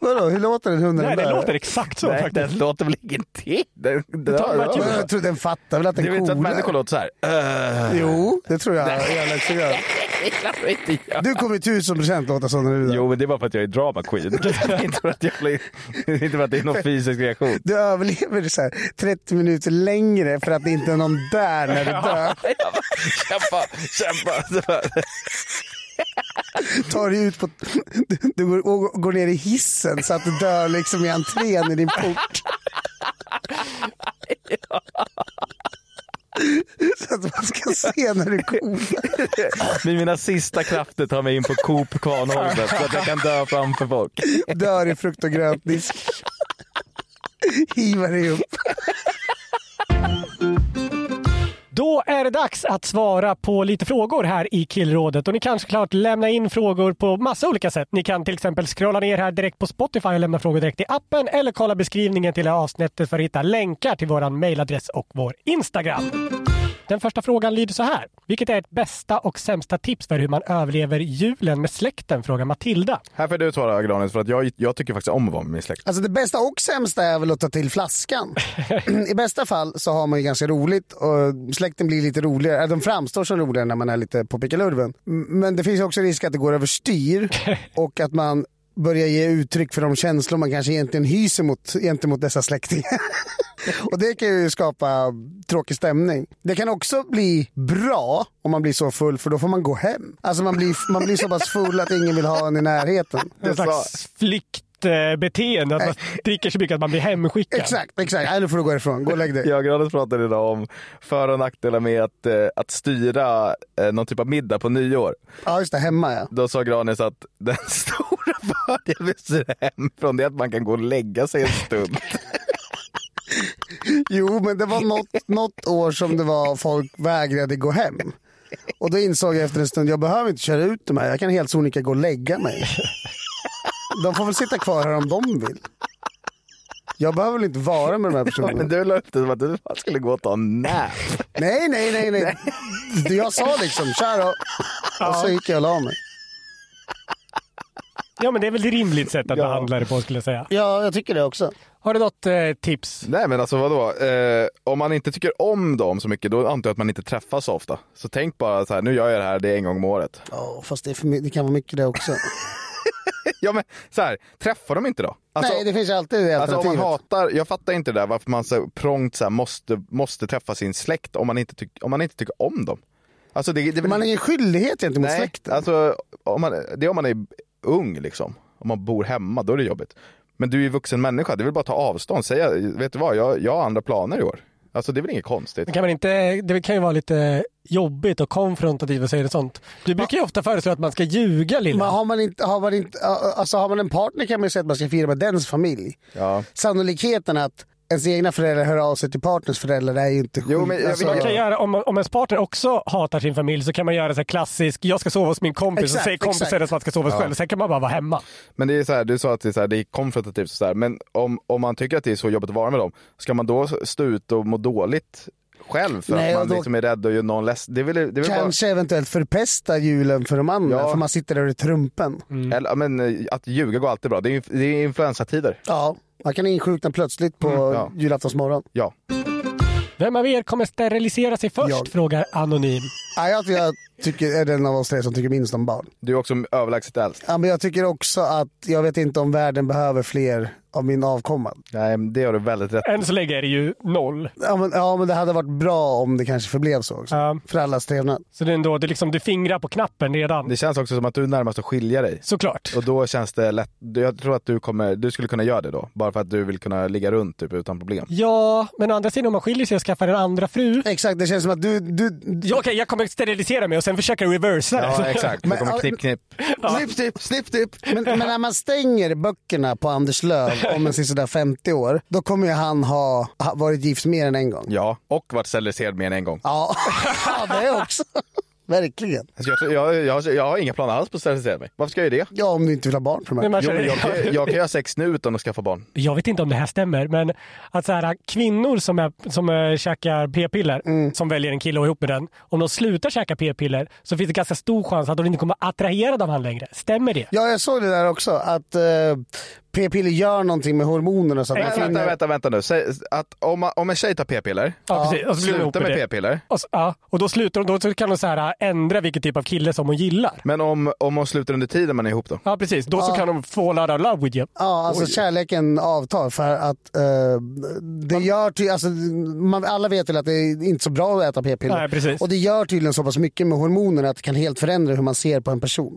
[SPEAKER 4] vadå, hur låter den hunden?
[SPEAKER 3] Nej,
[SPEAKER 4] där?
[SPEAKER 3] det låter exakt så
[SPEAKER 5] Nej,
[SPEAKER 3] faktiskt.
[SPEAKER 5] den låter väl ingenting? Den, den,
[SPEAKER 3] tar bara
[SPEAKER 5] den,
[SPEAKER 3] tur.
[SPEAKER 4] Men Jag tror den fattar väl att
[SPEAKER 5] det
[SPEAKER 4] den
[SPEAKER 5] är väl inte så att
[SPEAKER 4] kolar.
[SPEAKER 5] människor låter så här. "Äh."
[SPEAKER 4] Jo, det tror jag. jag lät sig göra. Du kommer tusen procent låta så när du är där.
[SPEAKER 5] Jo, men det är bara för att jag är drama queen. inte, för att jag blir, inte för att det är någon fysisk reaktion.
[SPEAKER 4] Du överlever det så här 30 minuter längre för att det inte är någon där när du dör.
[SPEAKER 5] kämpa, kämpa.
[SPEAKER 4] tar dig ut på... Du, du går, och går ner i hissen så att du dör liksom i entrén i din port. Så att man ska se när du kommer.
[SPEAKER 5] Med mina sista krafter tar mig in på Coop Kvarnholmen så att jag kan dö framför folk.
[SPEAKER 4] Dör i frukt och gröntdisk. Hivar dig upp.
[SPEAKER 3] Då är det dags att svara på lite frågor här i Killrådet och ni kan såklart lämna in frågor på massa olika sätt. Ni kan till exempel scrolla ner här direkt på Spotify och lämna frågor direkt i appen eller kolla beskrivningen till det här avsnittet för att hitta länkar till våran mailadress och vår Instagram. Den första frågan lyder så här. Vilket är ert bästa och sämsta tips för hur man överlever julen med släkten? Frågar Matilda.
[SPEAKER 5] Här får du svara Granis för att jag, jag tycker faktiskt om att vara med min släkt.
[SPEAKER 4] Alltså det bästa och sämsta är väl att ta till flaskan. I bästa fall så har man ju ganska roligt och släkten blir lite roligare. Äh, De framstår som roligare när man är lite på pickalurven. M- Men det finns ju också risk att det går överstyr och att man börjar ge uttryck för de känslor man kanske egentligen hyser mot, gentemot dessa släktingar. Och det kan ju skapa tråkig stämning. Det kan också bli bra om man blir så full för då får man gå hem. Alltså man blir, man blir så pass full att ingen vill ha en i närheten.
[SPEAKER 3] Det är en slags flyktbeteende, att man dricker så mycket att man blir hemskickad.
[SPEAKER 4] Exakt, exakt. Nej, nu får du gå ifrån. Gå och lägg dig.
[SPEAKER 5] Jag och Granis pratade idag om för och nackdelar med att, eh, att styra eh, någon typ av middag på nyår.
[SPEAKER 4] Ja, just det. Hemma ja.
[SPEAKER 5] Då sa Granis att den stora fördelen med att styra hemifrån det är att man kan gå och lägga sig en stund.
[SPEAKER 4] Jo, men det var något, något år som det var folk vägrade gå hem. Och då insåg jag efter en stund, jag behöver inte köra ut de här. Jag kan helt sonika gå och lägga mig. De får väl sitta kvar här om de vill. Jag behöver väl inte vara med de här personerna.
[SPEAKER 5] Men du la upp det som att du fan skulle gå och ta en nap.
[SPEAKER 4] Nej, nej, nej, nej. Jag sa liksom, kör då. Och så gick jag och la mig.
[SPEAKER 3] Ja, men det är väl ett rimligt sätt att behandla det på skulle jag säga.
[SPEAKER 4] Ja, jag tycker det också.
[SPEAKER 3] Har du något eh, tips?
[SPEAKER 5] Nej men alltså vadå, eh, om man inte tycker om dem så mycket då antar jag att man inte träffas så ofta. Så tänk bara så här, nu gör jag det här, det är en gång om året.
[SPEAKER 4] Ja, fast det, är för, my- det kan vara mycket det också.
[SPEAKER 5] Alltså- Ja men så här, träffa dem inte då. Alltså,
[SPEAKER 4] nej, det finns ju alltid det
[SPEAKER 5] alltså om man
[SPEAKER 4] alternativet.
[SPEAKER 5] hatar, jag fattar inte det där varför man så prompt så här, måste, måste träffa sin släkt om man inte, tyck, om man inte tycker om dem. Alltså det, det är väl-
[SPEAKER 4] Man har ingen skyldighet gentemot
[SPEAKER 5] nej,
[SPEAKER 4] släkten.
[SPEAKER 5] Alltså, om man, det är om man är ung liksom. Om man bor hemma, då är det jobbigt. Men du är ju vuxen människa, det är väl bara att ta avstånd. Säga, vet du vad, jag, jag har andra planer i år. Alltså det är väl inget konstigt.
[SPEAKER 3] Det kan, man inte, det kan ju vara lite jobbigt och konfrontativt att säga det sånt. Du brukar ju ofta föreslå att man ska ljuga lilla.
[SPEAKER 4] Men har man, inte, har, man inte, alltså har man en partner kan man ju säga att man ska fira med dens familj.
[SPEAKER 5] Ja.
[SPEAKER 4] Sannolikheten att ens egna föräldrar hör av sig till partners föräldrar är ju inte
[SPEAKER 5] Jo, men jag
[SPEAKER 4] alltså,
[SPEAKER 5] vill-
[SPEAKER 3] Man kan göra, om, om ens partner också hatar sin familj så kan man göra så här klassisk, jag ska sova hos min kompis och
[SPEAKER 4] Exakt,
[SPEAKER 3] säger kompisen
[SPEAKER 4] exakt.
[SPEAKER 3] att man ska sova hos själv. Sen kan man bara vara hemma.
[SPEAKER 5] Men det är så här, du sa att det är, så här, det är konfrontativt, och så här, men om, om man tycker att det är så jobbigt att vara med dem, ska man då stå ut och må dåligt själv för
[SPEAKER 4] Nej,
[SPEAKER 5] att
[SPEAKER 4] och
[SPEAKER 5] man
[SPEAKER 4] då-
[SPEAKER 5] liksom är rädd och gör någon ledsen? Det är väl, det är väl bara,
[SPEAKER 4] Kanske eventuellt förpesta julen för de andra
[SPEAKER 5] Ja.
[SPEAKER 4] för man sitter där i trumpen.
[SPEAKER 3] Mm.
[SPEAKER 5] eller, men, eh, att ljuga går alltid bra, det är, ju- det är influensatider.
[SPEAKER 4] Ja, man kan insjukna plötsligt på
[SPEAKER 5] Mm, ja.
[SPEAKER 4] julaftonsmorgon.
[SPEAKER 5] Ja.
[SPEAKER 3] Vem av er kommer sterilisera sig först?
[SPEAKER 4] Jag.
[SPEAKER 3] Frågar Anonym.
[SPEAKER 4] Nej, jag, jag tycker, är den av oss tre som tycker minst om barn.
[SPEAKER 5] Du är också överlägset äldst.
[SPEAKER 4] Ja, men jag tycker också att jag vet inte om världen behöver fler av min avkomma.
[SPEAKER 5] Nej, men det har du väldigt rätt
[SPEAKER 3] Än så länge är det ju noll.
[SPEAKER 4] Ja men, ja, men det hade varit bra om det kanske förblev så också.
[SPEAKER 3] Ja.
[SPEAKER 4] För allas trevnad.
[SPEAKER 3] Ehm, Så det är ändå, det är liksom, du fingrar på knappen redan.
[SPEAKER 5] Det känns också som att du är närmast att skilja dig.
[SPEAKER 3] Såklart.
[SPEAKER 5] Och då känns det lätt, jag tror att du, kommer, du skulle kunna göra det då, bara för att du vill kunna ligga runt typ, utan problem.
[SPEAKER 3] Ja, men å andra sidan om man skiljer sig och skaffar en andra fru.
[SPEAKER 4] Exakt, det känns som att du... du
[SPEAKER 3] Ja, Okej, jag kommer sterilisera mig och sen försöka reversa det.
[SPEAKER 5] Ja exakt, då
[SPEAKER 4] Men-
[SPEAKER 5] kommer knipp knipp. Snipp snipp, snipp snipp.
[SPEAKER 4] men, men när man stänger böckerna på Anders Löv om en sådär 50 år, då kommer ju han ha, ha varit gift mer än en gång.
[SPEAKER 5] Ja, och varit steriliserad mer än en gång.
[SPEAKER 4] Ja, ja det också. Verkligen.
[SPEAKER 5] Alltså, Jag, tror- jag, jag, jag har inga planer alls på att sterilisera mig. Varför ska jag göra det?
[SPEAKER 4] Ja, om du inte vill ha barn på de
[SPEAKER 3] Men
[SPEAKER 4] här.
[SPEAKER 3] man
[SPEAKER 5] Jo,
[SPEAKER 3] känner-
[SPEAKER 5] men jag, kan, jag kan göra sex nu utan att skaffa barn.
[SPEAKER 3] Jag vet inte om det här stämmer, men att så här, kvinnor som, är, som äh, käkar p-piller, som väljer en kille och är ihop med den, om de slutar käka p-piller så finns det ganska stor chans att de inte kommer attraherade av han längre. Stämmer det?
[SPEAKER 4] Ja, jag såg det där också. Att eh, p-piller gör någonting med hormonerna så att man
[SPEAKER 5] Vänta,
[SPEAKER 4] finner...
[SPEAKER 5] vänta, vänta, vänta nu. Säg att om, man- om en tjej tar p-piller,
[SPEAKER 3] Ja, precis. Och så blir de ihop
[SPEAKER 5] slutar med
[SPEAKER 3] det.
[SPEAKER 5] p-piller.
[SPEAKER 3] Och, så, ja, och då slutar de, då så kan de så här, äh, ändra vilken typ av kille som hon gillar.
[SPEAKER 5] Men om, om hon slutar under tiden man är ihop då?
[SPEAKER 3] Ja precis, då så kan de få out of love with you.
[SPEAKER 4] Ja, alltså kärleken avtar för att eh, det gör ty- alltså, man, alla vet väl att det är inte så bra att äta p-piller.
[SPEAKER 3] Nej, precis.
[SPEAKER 4] Och det gör tydligen så pass mycket med hormonerna att det kan helt förändra hur man ser på en person.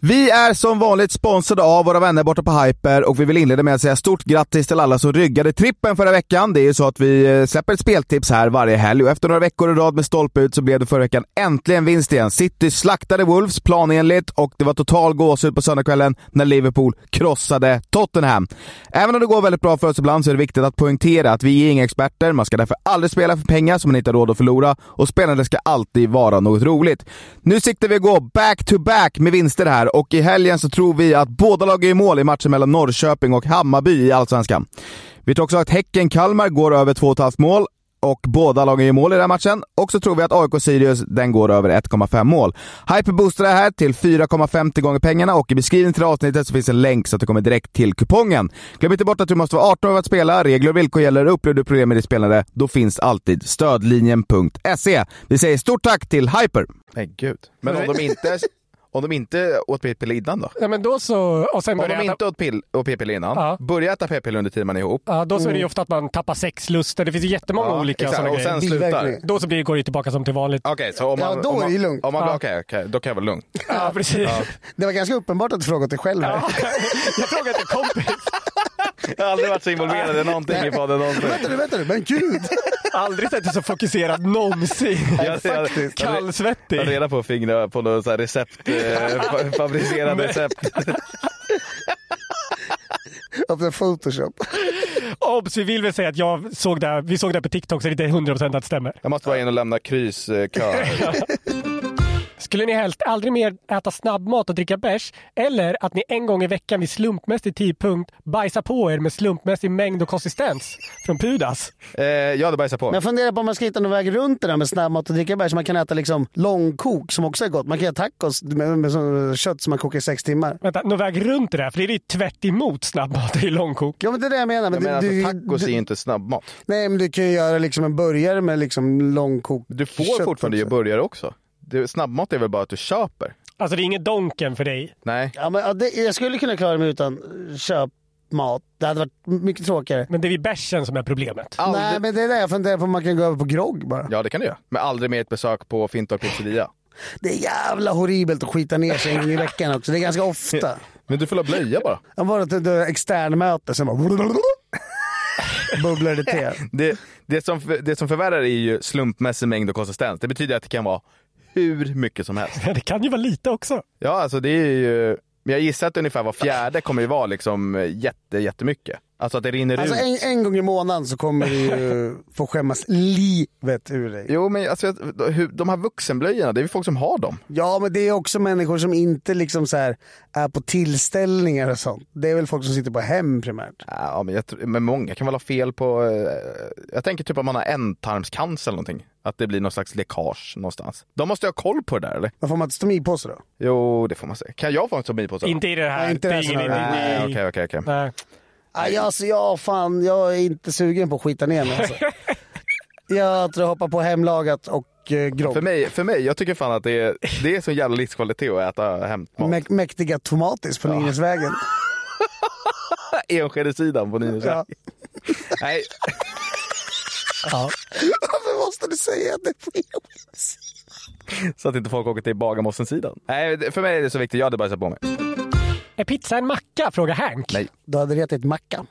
[SPEAKER 5] Vi är som vanligt sponsrade av våra vänner borta på Hyper och vi vill inleda med att säga stort grattis till alla som ryggade trippen förra veckan. Det är ju så att vi eh, släpper ett speltips här varje helg och efter några veckor i rad med stolpe ut så blev det förra veckan äntligen vinst igen. City slaktade Wolves planenligt och det var total gåshud på söndagskvällen när Liverpool krossade Tottenham. Även om det går väldigt bra för oss ibland så är det viktigt att poängtera att vi är inga experter. Man ska därför aldrig spela för pengar som man inte har råd att förlora och spelandet ska alltid vara något roligt. Nu siktar vi att gå back-to-back med vinster här och i helgen så tror vi att båda lagen gör mål i matchen mellan Norrköping och Hammarby i Allsvenskan. Vi tror också att Häcken-Kalmar går över 2,5 mål och båda lagen gör mål i den här matchen. Och så tror vi att AIK-Sirius, den går över 1,5 mål. Hyper boostar det här till 4,50 gånger pengarna och i beskrivningen till det här avsnittet så finns en länk så att du kommer direkt till kupongen. Glöm inte bort att du måste vara 18 år för att spela, regler och villkor gäller. Upplever du problem med ditt spelande, då finns alltid stödlinjen.se. E. Vi säger stort tack till Hyper! Men gud. Men om de inte, om de inte åt p-piller innan då?
[SPEAKER 3] Ja, men då så, och sen
[SPEAKER 5] Om
[SPEAKER 3] börjar
[SPEAKER 5] de inte åt pill- åt p-piller innan,
[SPEAKER 3] Ja.
[SPEAKER 5] börja äta p-piller under tiden man är ihop.
[SPEAKER 3] ja, då så är det ju ofta att man tappar sexlusten. Det finns ju jättemånga
[SPEAKER 5] Ja,
[SPEAKER 3] olika
[SPEAKER 5] exakt.
[SPEAKER 3] sådana
[SPEAKER 5] och
[SPEAKER 3] grejer.
[SPEAKER 5] sen slutar.
[SPEAKER 4] Biverkningar.
[SPEAKER 3] Då så blir, går det tillbaka som till vanligt.
[SPEAKER 5] Okej, så om
[SPEAKER 4] Ja,
[SPEAKER 5] man...
[SPEAKER 4] då
[SPEAKER 5] om
[SPEAKER 4] är
[SPEAKER 5] man,
[SPEAKER 4] det ju lugnt.
[SPEAKER 5] Om man,
[SPEAKER 3] Ja.
[SPEAKER 5] Okej, okej, då kan jag vara lugn.
[SPEAKER 3] Ja, precis.
[SPEAKER 4] Det var ganska uppenbart att du frågat dig själv. här.
[SPEAKER 3] Jag frågade en kompis.
[SPEAKER 5] Jag har aldrig varit så involverad i någonting i podden någonsin.
[SPEAKER 4] Vänta nu, vänta nu, men gud!
[SPEAKER 3] Aldrig sett dig så fokuserad någonsin.
[SPEAKER 5] Jag ser- faktiskt. Jag har
[SPEAKER 3] Kallsvettig.
[SPEAKER 5] reda på att fingra på något så här recept, eh, fa- fabricerade recept.
[SPEAKER 4] Öppna photoshop.
[SPEAKER 3] Obs, vi vill väl säga att jag såg det här, vi såg det här på TikTok så det är inte 100% att det stämmer.
[SPEAKER 5] Jag måste bara in och lämna Krys eh, kö.
[SPEAKER 3] Skulle ni helst aldrig mer äta snabbmat och dricka bärs eller att ni en gång i veckan vid slumpmässig tidpunkt bajsar på er med slumpmässig mängd och konsistens från Pudas?
[SPEAKER 5] Eh, jag hade bajsat på.
[SPEAKER 4] Men jag funderar på om man ska hitta någon väg runt det där med snabbmat och drickabär så man kan äta liksom långkok som också är gott. Man kan göra tacos med, med sån kött som man kokar i sex timmar.
[SPEAKER 3] Vänta, någon väg runt det där? För det är ju tvärt emot snabbmat i långkok.
[SPEAKER 4] Ja men det är det jag menar. Men
[SPEAKER 5] Jag menar,
[SPEAKER 4] du,
[SPEAKER 5] alltså,
[SPEAKER 4] du,
[SPEAKER 5] tacos är
[SPEAKER 4] du,
[SPEAKER 5] ju inte snabbmat.
[SPEAKER 4] nej men du kan ju göra liksom en burgare med liksom långkok
[SPEAKER 5] Du får
[SPEAKER 4] kött
[SPEAKER 5] fortfarande
[SPEAKER 4] också.
[SPEAKER 5] göra burgare också. Du, snabbmat är väl bara att du köper?
[SPEAKER 3] Alltså det är ingen donken för dig.
[SPEAKER 5] Nej.
[SPEAKER 4] Ja, men, ja, det, jag skulle kunna klara mig utan köpmat. Det hade varit mycket tråkigare.
[SPEAKER 3] Men det är vid bärsen som är problemet.
[SPEAKER 5] Aldrig...
[SPEAKER 4] Nej men det är det jag funderar på om man kan gå över på grogg bara.
[SPEAKER 5] Ja det kan du göra. Men aldrig mer ett besök på Fintorp pizzeria.
[SPEAKER 4] Det är jävla horribelt att skita ner sig en gång i veckan också. Det är ganska ofta.
[SPEAKER 5] Men du får la blöja bara.
[SPEAKER 4] Jag var till ett externmöte, sen bara... Bubblar det te.
[SPEAKER 5] Det, det, som, för- det som förvärrar är ju slumpmässig mängd och konsistens. Det betyder att det kan vara hur mycket som helst.
[SPEAKER 3] Det kan ju vara lite också.
[SPEAKER 5] Ja, alltså det är ju... Men jag gissar att ungefär var fjärde kommer ju vara liksom jätte, jättemycket. Alltså att det rinner
[SPEAKER 4] Alltså
[SPEAKER 5] ut.
[SPEAKER 4] en, en gång i månaden så kommer du ju få skämmas livet ur dig.
[SPEAKER 5] Jo, men alltså, jag- hur- de här vuxenblöjorna, det är ju folk som har dem.
[SPEAKER 4] Ja men det är också människor som inte liksom så här är på tillställningar och sånt. Det är väl folk som sitter på hem primärt.
[SPEAKER 5] Ja, men, jag, tror- men många kan väl ha fel på... eh, Jag tänker typ om man har ändtarmscancer eller någonting. Att det blir någon slags läckage någonstans. De måste ju ha koll på det där eller?
[SPEAKER 4] Men får man inte stomipåse då?
[SPEAKER 5] Jo, det får man säga. Kan jag få en stomipåse? då?
[SPEAKER 3] Inte i det här.
[SPEAKER 4] Nej, inte
[SPEAKER 3] det är
[SPEAKER 4] det
[SPEAKER 3] ingen
[SPEAKER 4] här
[SPEAKER 3] idé.
[SPEAKER 5] Nej, okej, okej, okej.
[SPEAKER 3] Nej.
[SPEAKER 4] Aj, alltså jag, fan, jag är inte sugen på att skita ner mig alltså. Jag tror jag hoppar på hemlagat och och eh, grogg.
[SPEAKER 5] För mig, för mig, jag tycker fan att det är, det är så jävla livskvalitet att äta hem.
[SPEAKER 4] Mä- mäktiga tomatis på Nynäsvägen.
[SPEAKER 5] Enskedesidan på Nynäsvägen. Nej.
[SPEAKER 4] Varför måste du säga det på Enskedesidan?
[SPEAKER 5] Så att inte folk åker till Bagarmossen-sidan. Nej, det- för mig är det så viktigt. Jag hade bajsat på mig.
[SPEAKER 3] Är pizza en macka? Frågar Hank.
[SPEAKER 5] Nej.
[SPEAKER 4] Du hade rätt ett macka.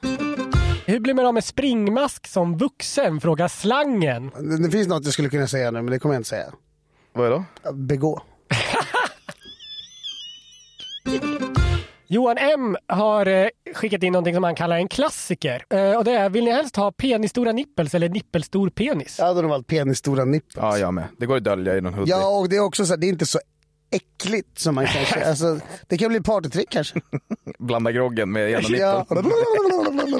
[SPEAKER 3] Hur blir man av med springmask som vuxen? Frågar slangen.
[SPEAKER 4] Det, det finns något jag skulle kunna säga nu, men det kommer jag inte säga.
[SPEAKER 5] Vad är det?
[SPEAKER 4] Begå.
[SPEAKER 3] Johan M har eh, skickat in någonting som han kallar en klassiker. Eh, och det är, vill ni helst ha penisstora nippels eller nippelstor penis?
[SPEAKER 4] Jag hade nog valt penisstora nippels.
[SPEAKER 5] Ja, jag med. Det går att dölja i någon hoodie.
[SPEAKER 4] Ja, och det är också så här, det är inte så äckligt som man kanske... Alltså, det kan bli ett partytrick kanske.
[SPEAKER 5] Blanda groggen med ena nippeln.
[SPEAKER 4] Ja.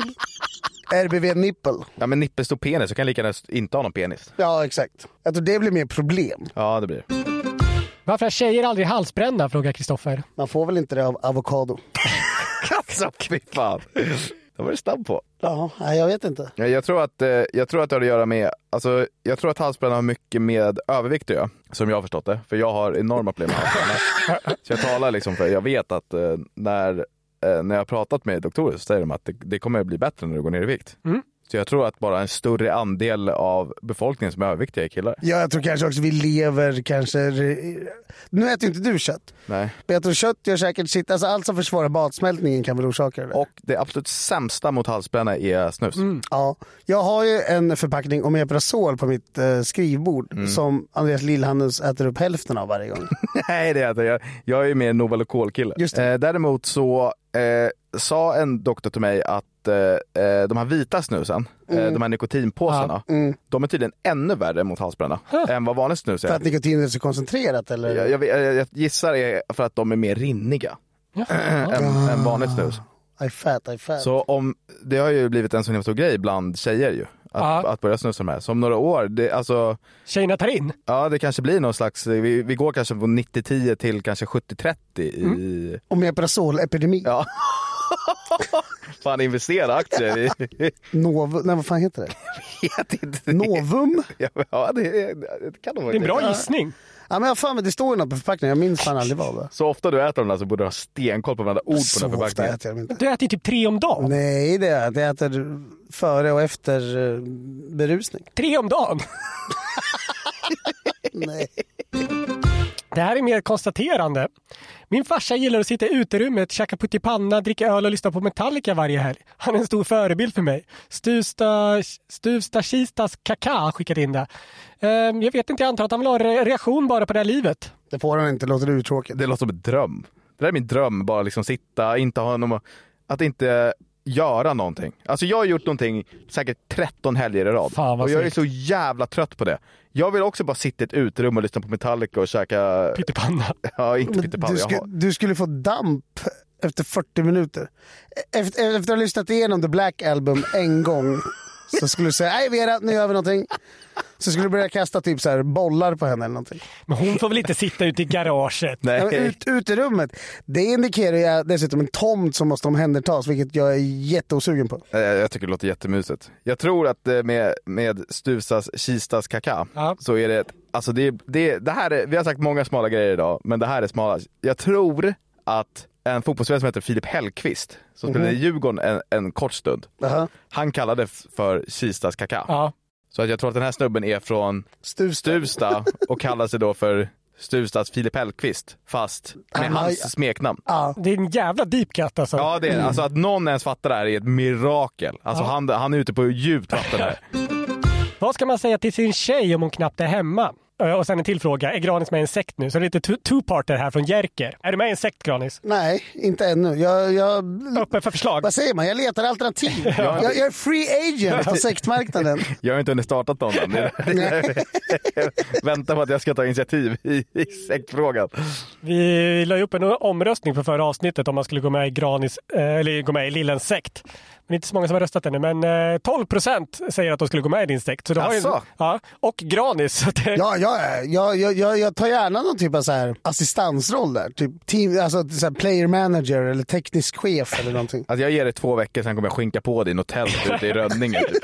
[SPEAKER 5] Ja.
[SPEAKER 4] RBV nippel.
[SPEAKER 5] men nippel står penis. så kan jag lika gärna inte ha någon penis.
[SPEAKER 4] Ja, exakt. Jag tror det blir mer problem.
[SPEAKER 5] Ja, det blir det.
[SPEAKER 3] Varför är tjejer aldrig halsbrända? Frågar Kristoffer.
[SPEAKER 4] Man får väl inte det av avokado?
[SPEAKER 5] Alltså, fy fan. Det var du snabb på.
[SPEAKER 4] Ja, nej, jag vet inte.
[SPEAKER 5] Ja, Jag tror att, eh, jag tror att det har att göra med, alltså, jag tror att halsbrännan har mycket med övervikt att göra, som jag har förstått det. För jag har enorma problem med halsbrännan. så jag talar liksom för, jag vet att eh, när, eh, när jag har pratat med doktorer så säger de att det, det kommer att bli bättre när du går ner i vikt. Så jag tror att bara en större andel av befolkningen som är överviktiga är killar.
[SPEAKER 4] Ja, jag tror kanske också vi lever kanske... Nu äter ju inte du kött.
[SPEAKER 5] Nej.
[SPEAKER 4] Men jag tror kött gör säkert sitt. Alltså allt som försvårar matsmältningen kan väl orsaka det.
[SPEAKER 5] Och det absolut sämsta mot halsbränna är snus.
[SPEAKER 4] Ja, jag har ju en förpackning Omeprazol på mitt eh, skrivbord som Andreas Lillhandels äter upp hälften av varje gång.
[SPEAKER 5] Nej, det är jag inte. Jag, jag är mer en Novalucol-kille. Eh, däremot så eh, sa en doktor till mig att eh, eh, de här vita snusen, eh,
[SPEAKER 4] Mm.
[SPEAKER 5] de här nikotinpåsarna, de är tydligen ännu värre mot halsbränna än vad vanligt snus
[SPEAKER 4] För
[SPEAKER 5] är.
[SPEAKER 4] att nikotinet är så koncentrerat eller?
[SPEAKER 5] Jag, jag, vet- jag gissar är för att de är mer rinniga än,
[SPEAKER 4] Ah.
[SPEAKER 5] än vanligt snus.
[SPEAKER 4] I fat, I fat.
[SPEAKER 5] Så om, det har ju blivit en sån himla stor grej bland tjejer ju. Att,
[SPEAKER 3] Ja.
[SPEAKER 5] att börja snusa de här. Så om några år, det, alltså,
[SPEAKER 3] Tjejerna tar in.
[SPEAKER 5] ja det kanske blir någon slags, vi, vi går kanske från 90-10 till kanske 70-30 i,
[SPEAKER 4] Mm. Omeprazol-epidemi.
[SPEAKER 5] Ja. Fan investera aktier i...
[SPEAKER 4] Novum, nej vad fan heter det?
[SPEAKER 5] vet inte.
[SPEAKER 4] Novum?
[SPEAKER 5] Ja, men, ja det, det kan nog
[SPEAKER 3] Det är en bra
[SPEAKER 5] Ja.
[SPEAKER 3] gissning.
[SPEAKER 4] Ja men jag har för mig, det står ju något på förpackningen. Jag minns fan aldrig vad det var.
[SPEAKER 5] Så ofta du äter de där så borde du ha stenkoll på varenda ord på
[SPEAKER 4] Så
[SPEAKER 5] den här
[SPEAKER 4] ofta
[SPEAKER 5] förpackningen.
[SPEAKER 4] äter jag dem inte.
[SPEAKER 3] Du äter ju typ tre om dagen.
[SPEAKER 4] Nej det är jag inte. Jag äter före och efter eh, berusning.
[SPEAKER 3] Tre om dagen.
[SPEAKER 4] Nej.
[SPEAKER 3] Det här är mer konstaterande. Min farsa gillar att sitta i uterummet, käka puttipanna, dricka öl och lyssna på Metallica varje helg. Han är en stor förebild för mig. Stuvsta, Stuvsta Kistas Kaka skickade in det. Ehm, jag vet inte, jag antar att han vill ha re- reaktion bara på det här livet.
[SPEAKER 4] Det får han inte, låter uttråkigt.
[SPEAKER 5] Det låter som en dröm. Det där är min dröm, bara liksom sitta, inte ha någon, att inte göra någonting. Alltså jag har gjort någonting säkert 13 helger i rad.
[SPEAKER 3] Fan, vad
[SPEAKER 5] och jag är
[SPEAKER 3] segt.
[SPEAKER 5] så jävla trött på det. Jag vill också bara sitta i ett uterum och lyssna på Metallica och käka,
[SPEAKER 3] Pyttipanna.
[SPEAKER 5] ja inte
[SPEAKER 4] Men
[SPEAKER 5] pyttipanna,
[SPEAKER 4] du,
[SPEAKER 5] jag
[SPEAKER 4] sku,
[SPEAKER 5] har-
[SPEAKER 4] du skulle få damp efter 40 minuter. E-, Efter, efter att ha lyssnat igenom The Black Album en gång så skulle du säga nej Vera, nu gör vi någonting. Så skulle du börja kasta typ så här, bollar på henne eller någonting.
[SPEAKER 3] Men hon får väl inte sitta ute i garaget?
[SPEAKER 4] Ja, men
[SPEAKER 5] Nej.
[SPEAKER 4] ut, ut i rummet. Det indikerar ju dessutom en tomt som måste omhändertas, vilket jag är jätteosugen på.
[SPEAKER 5] Eh, Jag tycker det låter jättemysigt. Jag tror att eh, med, med Stuvsas Kistas Kaka
[SPEAKER 3] Ja.
[SPEAKER 5] så är det, alltså det, det, det här är, vi har sagt många smala grejer idag, men det här är smala. Jag tror att en fotbollsspelare som heter Filip Hellqvist, som spelade
[SPEAKER 3] Mhm.
[SPEAKER 5] i Djurgården en, en kort stund,
[SPEAKER 4] Aha.
[SPEAKER 5] han kallade det f- för Kistas Kaka.
[SPEAKER 3] Ja.
[SPEAKER 5] Så att jag tror att den här snubben är från
[SPEAKER 4] Stuvsta.
[SPEAKER 5] Stuvsta och kallar sig då för Stuvstas Filip Hellqvist, fast med
[SPEAKER 4] Han har-
[SPEAKER 5] hans smeknamn.
[SPEAKER 3] Det är en jävla deep cut alltså.
[SPEAKER 5] Ja, det är det. Alltså att någon ens fattar det här är ett mirakel. Alltså han, han är ute på djupt vatten här.
[SPEAKER 3] Vad ska man säga till sin tjej om hon knappt är hemma? Ö, Och sen en till fråga. Är Granis med i en sekt nu? Så det är lite two- two-parter här från Jerker. Är du med i en sekt Granis?
[SPEAKER 4] Nej, inte ännu. Jag, jag,
[SPEAKER 5] Mm.
[SPEAKER 3] Öppen för förslag.
[SPEAKER 4] vad säger man? Jag letar alternativ. jag, jag är free agent på sektmarknaden.
[SPEAKER 5] Jag har inte hunnit starta någon än. Det är- Vänta på att jag ska ta initiativ i, i sektfrågan.
[SPEAKER 3] Vi la ju upp en omröstning för förra avsnittet om man skulle gå med i Granis, eh, eller gå med i Lillens sekt. Men det är inte så många som har röstat ännu, men eh, 12 procent säger att de skulle gå med i din sekt. Så du har ju,
[SPEAKER 5] Asså?
[SPEAKER 3] ja, och Granis. Så det,
[SPEAKER 4] Ja, jag, är- jag, jag, jag, jag tar gärna någon typ av så här assistansroll där. Typ team, alltså så här player manager eller teknisk chef eller någonting.
[SPEAKER 5] Alltså jag ger det två veckor, sen kommer jag skinka på dig i något tält ute i Rönninge. Typ.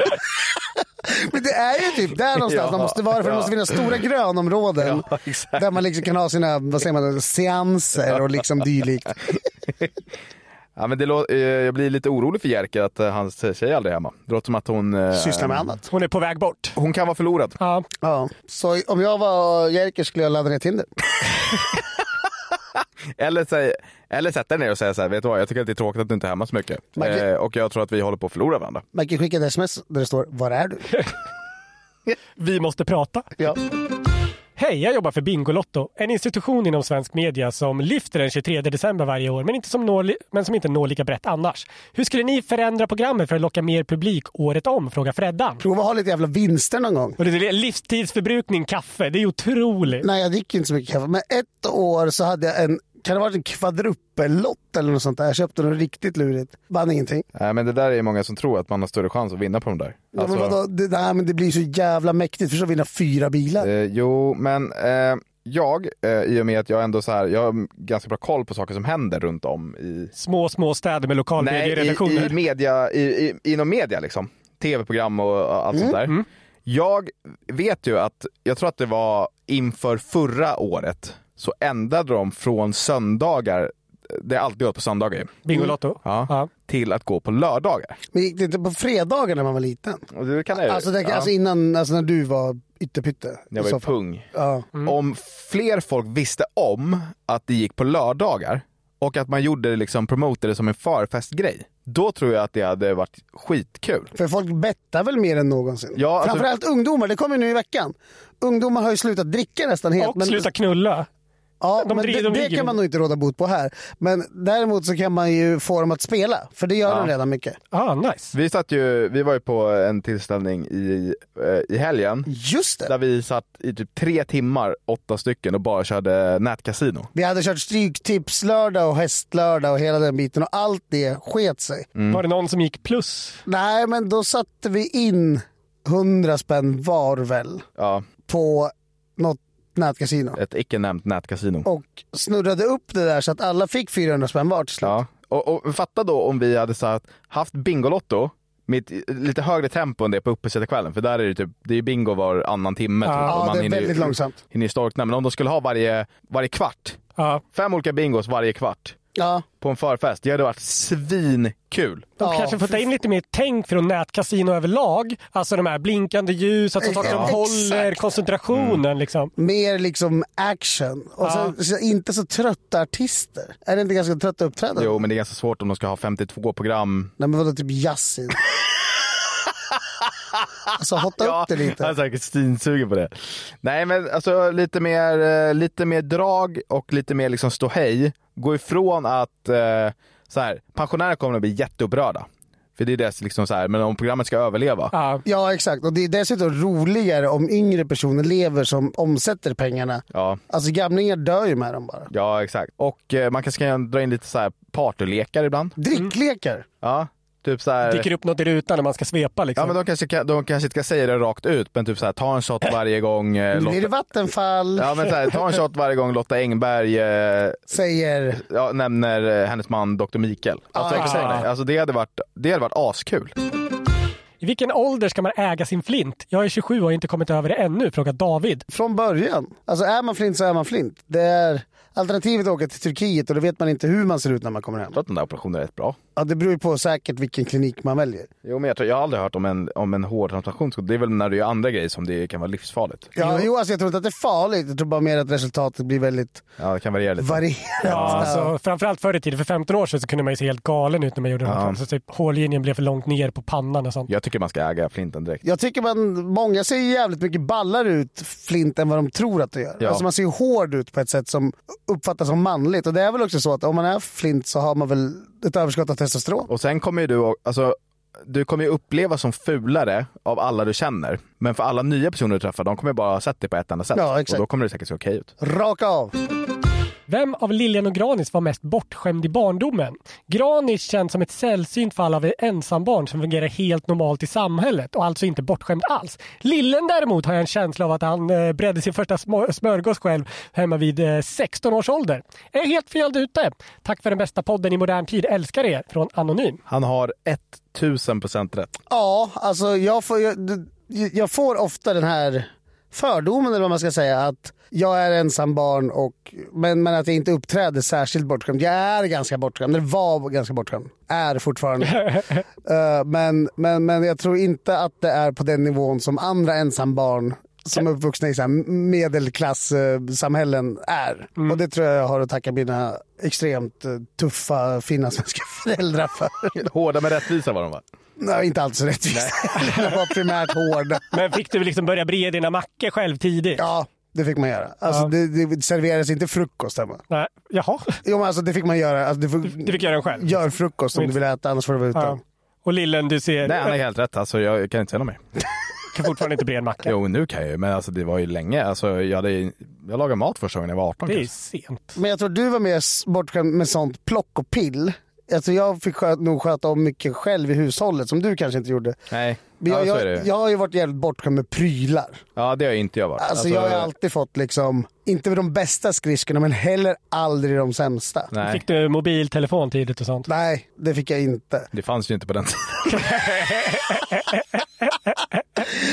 [SPEAKER 4] Men det är ju typ där någonstans
[SPEAKER 5] Ja,
[SPEAKER 4] man måste vara. För det
[SPEAKER 5] ja.
[SPEAKER 4] måste finnas stora grönområden där man liksom kan ha sina vad säger man, seanser och liksom dylikt.
[SPEAKER 5] Ja, men det lå- eh, jag blir lite orolig för Jerker att eh, hans tjej aldrig är hemma. Det låter som att hon... eh,
[SPEAKER 4] Sysslar med annat.
[SPEAKER 3] Hon är på väg bort.
[SPEAKER 5] Hon kan vara förlorad.
[SPEAKER 3] Ja.
[SPEAKER 4] ja. Så om jag var Jerker skulle jag ladda ner Tinder.
[SPEAKER 5] Eller, säg, eller sätta dig ner och säga så här, vet du vad, jag tycker att det är tråkigt att du inte är hemma så mycket.
[SPEAKER 4] Man kan-
[SPEAKER 5] Eh, och jag tror att vi håller på att förlora varandra.
[SPEAKER 4] Man kan skicka ett sms där det står “Var är du?”
[SPEAKER 3] Vi måste prata.
[SPEAKER 4] Ja.
[SPEAKER 3] Hej, jag jobbar för Bingolotto, en institution inom svensk media som lyfter den 23 december varje år men, inte som når, li- men som inte når lika brett annars. Hur skulle ni förändra programmet för att locka mer publik året om? Frågar Freddan.
[SPEAKER 4] Prova att ha lite jävla vinster någon gång.
[SPEAKER 3] Och det är livstidsförbrukning kaffe, det är otroligt.
[SPEAKER 4] Nej, jag dricker inte så mycket kaffe. Men ett år så hade jag en, kan det ha varit en kvadruppellott eller något sånt där. Jag köpte något riktigt lurigt. Vann ingenting.
[SPEAKER 5] Nej, Eh, men det där är många som tror att man har större chans att vinna på de där.
[SPEAKER 4] Ja, men
[SPEAKER 5] Alltså-
[SPEAKER 4] vadå? Det, nej, men det blir så jävla mäktigt. Förstå vinna fyra bilar.
[SPEAKER 5] Eh, jo, men eh, jag, eh, i och med att jag ändå så här, jag har ganska bra koll på saker som händer runt om i...
[SPEAKER 3] Små, små städer med lokal
[SPEAKER 5] Nej, i, i
[SPEAKER 3] medieredaktioner.
[SPEAKER 5] media, i, i, inom media liksom. Tv-program och och allt
[SPEAKER 4] Mm.
[SPEAKER 5] sånt där. Jag vet ju att, jag tror att det var inför förra året, så ändrade de från söndagar, det har alltid gått på söndagar ju,
[SPEAKER 3] Bingolotto.
[SPEAKER 5] Mm. ja,
[SPEAKER 3] Ja.
[SPEAKER 5] till att gå på lördagar.
[SPEAKER 4] Men gick det inte på fredagar när man var liten?
[SPEAKER 5] Och det kan jag,
[SPEAKER 4] Alltså, det,
[SPEAKER 5] ja,
[SPEAKER 4] alltså innan, alltså när du var ytterpytte?
[SPEAKER 5] jag
[SPEAKER 4] i
[SPEAKER 5] var ju
[SPEAKER 4] så fall.
[SPEAKER 5] pung.
[SPEAKER 4] Ja.
[SPEAKER 5] Om fler folk visste om att det gick på lördagar och att man gjorde det liksom, promotade det som en förfestgrej, då tror jag att det hade varit skitkul.
[SPEAKER 4] För folk bettar väl mer än någonsin?
[SPEAKER 5] Ja, alltså-
[SPEAKER 4] Framförallt ungdomar, det kommer ju nu i veckan. Ungdomar har ju slutat dricka nästan helt.
[SPEAKER 3] Och sluta knulla.
[SPEAKER 4] Ja,
[SPEAKER 3] De
[SPEAKER 4] men
[SPEAKER 3] dri-
[SPEAKER 4] det,
[SPEAKER 3] de
[SPEAKER 4] det
[SPEAKER 3] ligger-
[SPEAKER 4] kan man nog inte råda bot på här. Men däremot så kan man ju få dem att spela, för det gör de redan mycket.
[SPEAKER 3] Ah, nice.
[SPEAKER 5] Vi, satt ju, vi var ju på en tillställning i, eh, i helgen
[SPEAKER 4] Just det!
[SPEAKER 5] där vi satt i typ tre timmar, åtta stycken och bara körde nätkasino.
[SPEAKER 4] Vi hade kört stryktipslördag och hästlördag och hela den biten och allt det sket sig.
[SPEAKER 5] Mm.
[SPEAKER 3] Var det någon som gick plus?
[SPEAKER 4] Nej, men då satte vi in 100 spänn var väl
[SPEAKER 5] Ja,
[SPEAKER 4] på något nätkasino
[SPEAKER 5] ett icke nämnt nätkasino.
[SPEAKER 4] och snurrade upp det där så att alla fick 400 spänn var till slut.
[SPEAKER 5] Ja. Och, och fatta då om vi hade så här, haft Bingolotto med ett lite högre tempo än det på uppesittarkvällen. För där är det typ, det är bingo var annan timme.
[SPEAKER 3] Ja.
[SPEAKER 5] typ, och
[SPEAKER 4] Ja, det är
[SPEAKER 5] hinner ju-
[SPEAKER 4] väldigt långsamt.
[SPEAKER 5] hinner ju storkna. Men om de skulle ha varje, varje kvart,
[SPEAKER 3] Ja.
[SPEAKER 5] fem olika bingos varje kvart
[SPEAKER 4] Ja.
[SPEAKER 5] på en förfest, det hade varit svinkul.
[SPEAKER 3] De
[SPEAKER 4] Ja,
[SPEAKER 3] kanske får ta in lite mer tänk från nätkasino överlag. Alltså de här blinkande ljus, att de saker som
[SPEAKER 4] Ja.
[SPEAKER 5] Mm.
[SPEAKER 3] håller,
[SPEAKER 4] Exakt.
[SPEAKER 3] koncentrationen liksom.
[SPEAKER 4] Mer liksom action. Och
[SPEAKER 3] Ja.
[SPEAKER 4] sen, så inte så trötta artister. Är det inte ganska trötta uppträdanden?
[SPEAKER 5] Jo, men det är ganska svårt om de ska ha 52 program.
[SPEAKER 4] Nej men vadå, typ Yasin? alltså hotta upp det lite.
[SPEAKER 5] han är säkert stinsugen på det. Nej, men alltså lite mer, eh, lite mer drag och lite mer liksom ståhej. Gå ifrån att eh, så här, pensionärer kommer att bli jätteupprörda. För det är deras liksom så här, men om programmet ska överleva.
[SPEAKER 3] Ja.
[SPEAKER 4] Ja exakt, och det är dessutom roligare om yngre personer lever som omsätter pengarna.
[SPEAKER 5] Ja,
[SPEAKER 4] Alltså gamlingar dör ju med dem bara.
[SPEAKER 5] ja exakt. Och eh, man kanske kan dra in lite så här partylekar ibland.
[SPEAKER 4] Dricklekar.
[SPEAKER 5] Ja, typ så här.
[SPEAKER 3] Dyker upp något i rutan när man ska svepa liksom.
[SPEAKER 5] Ja, men de kanske, kan- de kanske inte ska säga det rakt ut, men typ så här, ta en shot varje gång. Eh,
[SPEAKER 4] Nu blir det
[SPEAKER 5] Lotta,
[SPEAKER 4] vattenfall,
[SPEAKER 5] ja, men så här, ta en shot varje gång Lotta Engberg eh,
[SPEAKER 4] säger...
[SPEAKER 5] ja, nämner eh, hennes man Dr. Mikael. Alltså,
[SPEAKER 4] Ja,
[SPEAKER 5] exakt.
[SPEAKER 3] exakt.
[SPEAKER 5] alltså det, hade varit, det hade varit askul.
[SPEAKER 3] I vilken ålder ska man äga sin flint? Jag är 27 och har inte kommit över det ännu, frågar David.
[SPEAKER 4] Från början. Alltså är man flint så är man flint. Det är alternativet att åka till Turkiet och då vet man inte hur man ser ut när man kommer hem.
[SPEAKER 5] Jag tror att den där operationen är rätt bra.
[SPEAKER 4] Ja, det beror ju på säkert vilken klinik man väljer.
[SPEAKER 5] Jo, men jag, tror, jag har aldrig hört om en, om en hårtransplantation. Det är väl när du gör andra grejer som det kan vara livsfarligt.
[SPEAKER 4] Ja, jo, alltså jag tror inte att det är farligt. Jag tror bara mer att resultatet blir väldigt
[SPEAKER 5] Ja, det kan variera lite.
[SPEAKER 4] varierat.
[SPEAKER 3] Ja, alltså, framförallt förr i tiden, för 15 år sedan, så kunde man ju se helt galen ut när man gjorde det. här. Så typ, hårlinjen blev för långt ner på pannan och sånt.
[SPEAKER 5] jag tycker man ska äga flinten direkt.
[SPEAKER 4] Jag tycker man, många ser ju jävligt mycket ballar ut flint än vad de tror att de gör.
[SPEAKER 5] Ja.
[SPEAKER 4] Alltså man ser ju hård ut på ett sätt som uppfattas som manligt. Och det är väl också så att om man är flint så har man väl ett överskott av testosteron.
[SPEAKER 5] Och sen kommer ju du, alltså, du kommer ju uppleva som fulare av alla du känner. Men för alla nya personer du träffar, de kommer ju bara ha sett dig på ett enda sätt.
[SPEAKER 4] Ja, exakt.
[SPEAKER 5] Och då kommer det säkert se okej ut.
[SPEAKER 4] Raka av!
[SPEAKER 3] Vem av Lilian och Granis var mest bortskämd i barndomen? Granis känns som ett sällsynt fall av ensambarn som fungerar helt normalt i samhället och alltså inte bortskämd alls. Lillen däremot har jag en känsla av att han eh, bredde sin första smör- smörgås själv hemma vid eh, 16 års ålder. Är helt fel ute. Tack för den bästa podden i modern tid. Älskar er. Från Anonym.
[SPEAKER 5] Han har 1000% rätt.
[SPEAKER 4] Ja, alltså jag får ju... det- jag får ofta den här fördomen eller vad man ska säga att jag är ensam barn och, men, men att jag inte uppträder särskilt bortskämd. Jag är ganska bortskämd, eller var ganska bortskämd. Är fortfarande. Eh, men, men, men jag tror inte att det är på den nivån som andra ensambarn som är uppvuxna i så här medelklasssamhällen är. Och det tror jag jag har att tacka mina extremt eh, tuffa finna svenska föräldrar för.
[SPEAKER 5] Hårda men rättvisa var de va?
[SPEAKER 4] Nej, inte alls rättvist. Det var primärt hård.
[SPEAKER 3] Men fick du liksom börja breda dina mackor själv tidigt?
[SPEAKER 4] Ja, det fick man göra. Alltså, det, det serverades inte frukost hemma.
[SPEAKER 3] Nej. Jaha,
[SPEAKER 4] Jo, men alltså, det fick man göra. Alltså, du, får,
[SPEAKER 3] du fick göra den själv?
[SPEAKER 4] Gör frukost om du vill äta, annars får du vara utan.
[SPEAKER 3] Ja. Och lillen du ser,
[SPEAKER 5] Nej, han har helt rätt. Alltså, jag kan inte säga något mer.
[SPEAKER 3] kan fortfarande inte bre en macka.
[SPEAKER 5] Jo, nu kan jag ju, men alltså, det var ju länge. Alltså, jag, hade, jag lagade mat första gången jag var 18.
[SPEAKER 3] Det är ju
[SPEAKER 5] kanske.
[SPEAKER 3] sent.
[SPEAKER 4] Men jag tror du var mer s- bortskämd med sånt plock och pill. Jag tror jag fick sköt, nog sköta om mycket själv i hushållet som du kanske inte gjorde.
[SPEAKER 5] Nej,
[SPEAKER 4] Men jag,
[SPEAKER 5] ja, så är det
[SPEAKER 4] jag,
[SPEAKER 5] ju.
[SPEAKER 4] jag har ju varit jävligt bortskämd med prylar.
[SPEAKER 5] Ja, det har ju inte jag varit.
[SPEAKER 4] Alltså, jag har ju alltid fått liksom, inte de bästa skridskorna men heller aldrig de sämsta. Nej.
[SPEAKER 5] Nej,
[SPEAKER 3] Fick du mobiltelefon tidigt och sånt?
[SPEAKER 4] det fick jag inte.
[SPEAKER 5] det fanns ju inte på den tiden.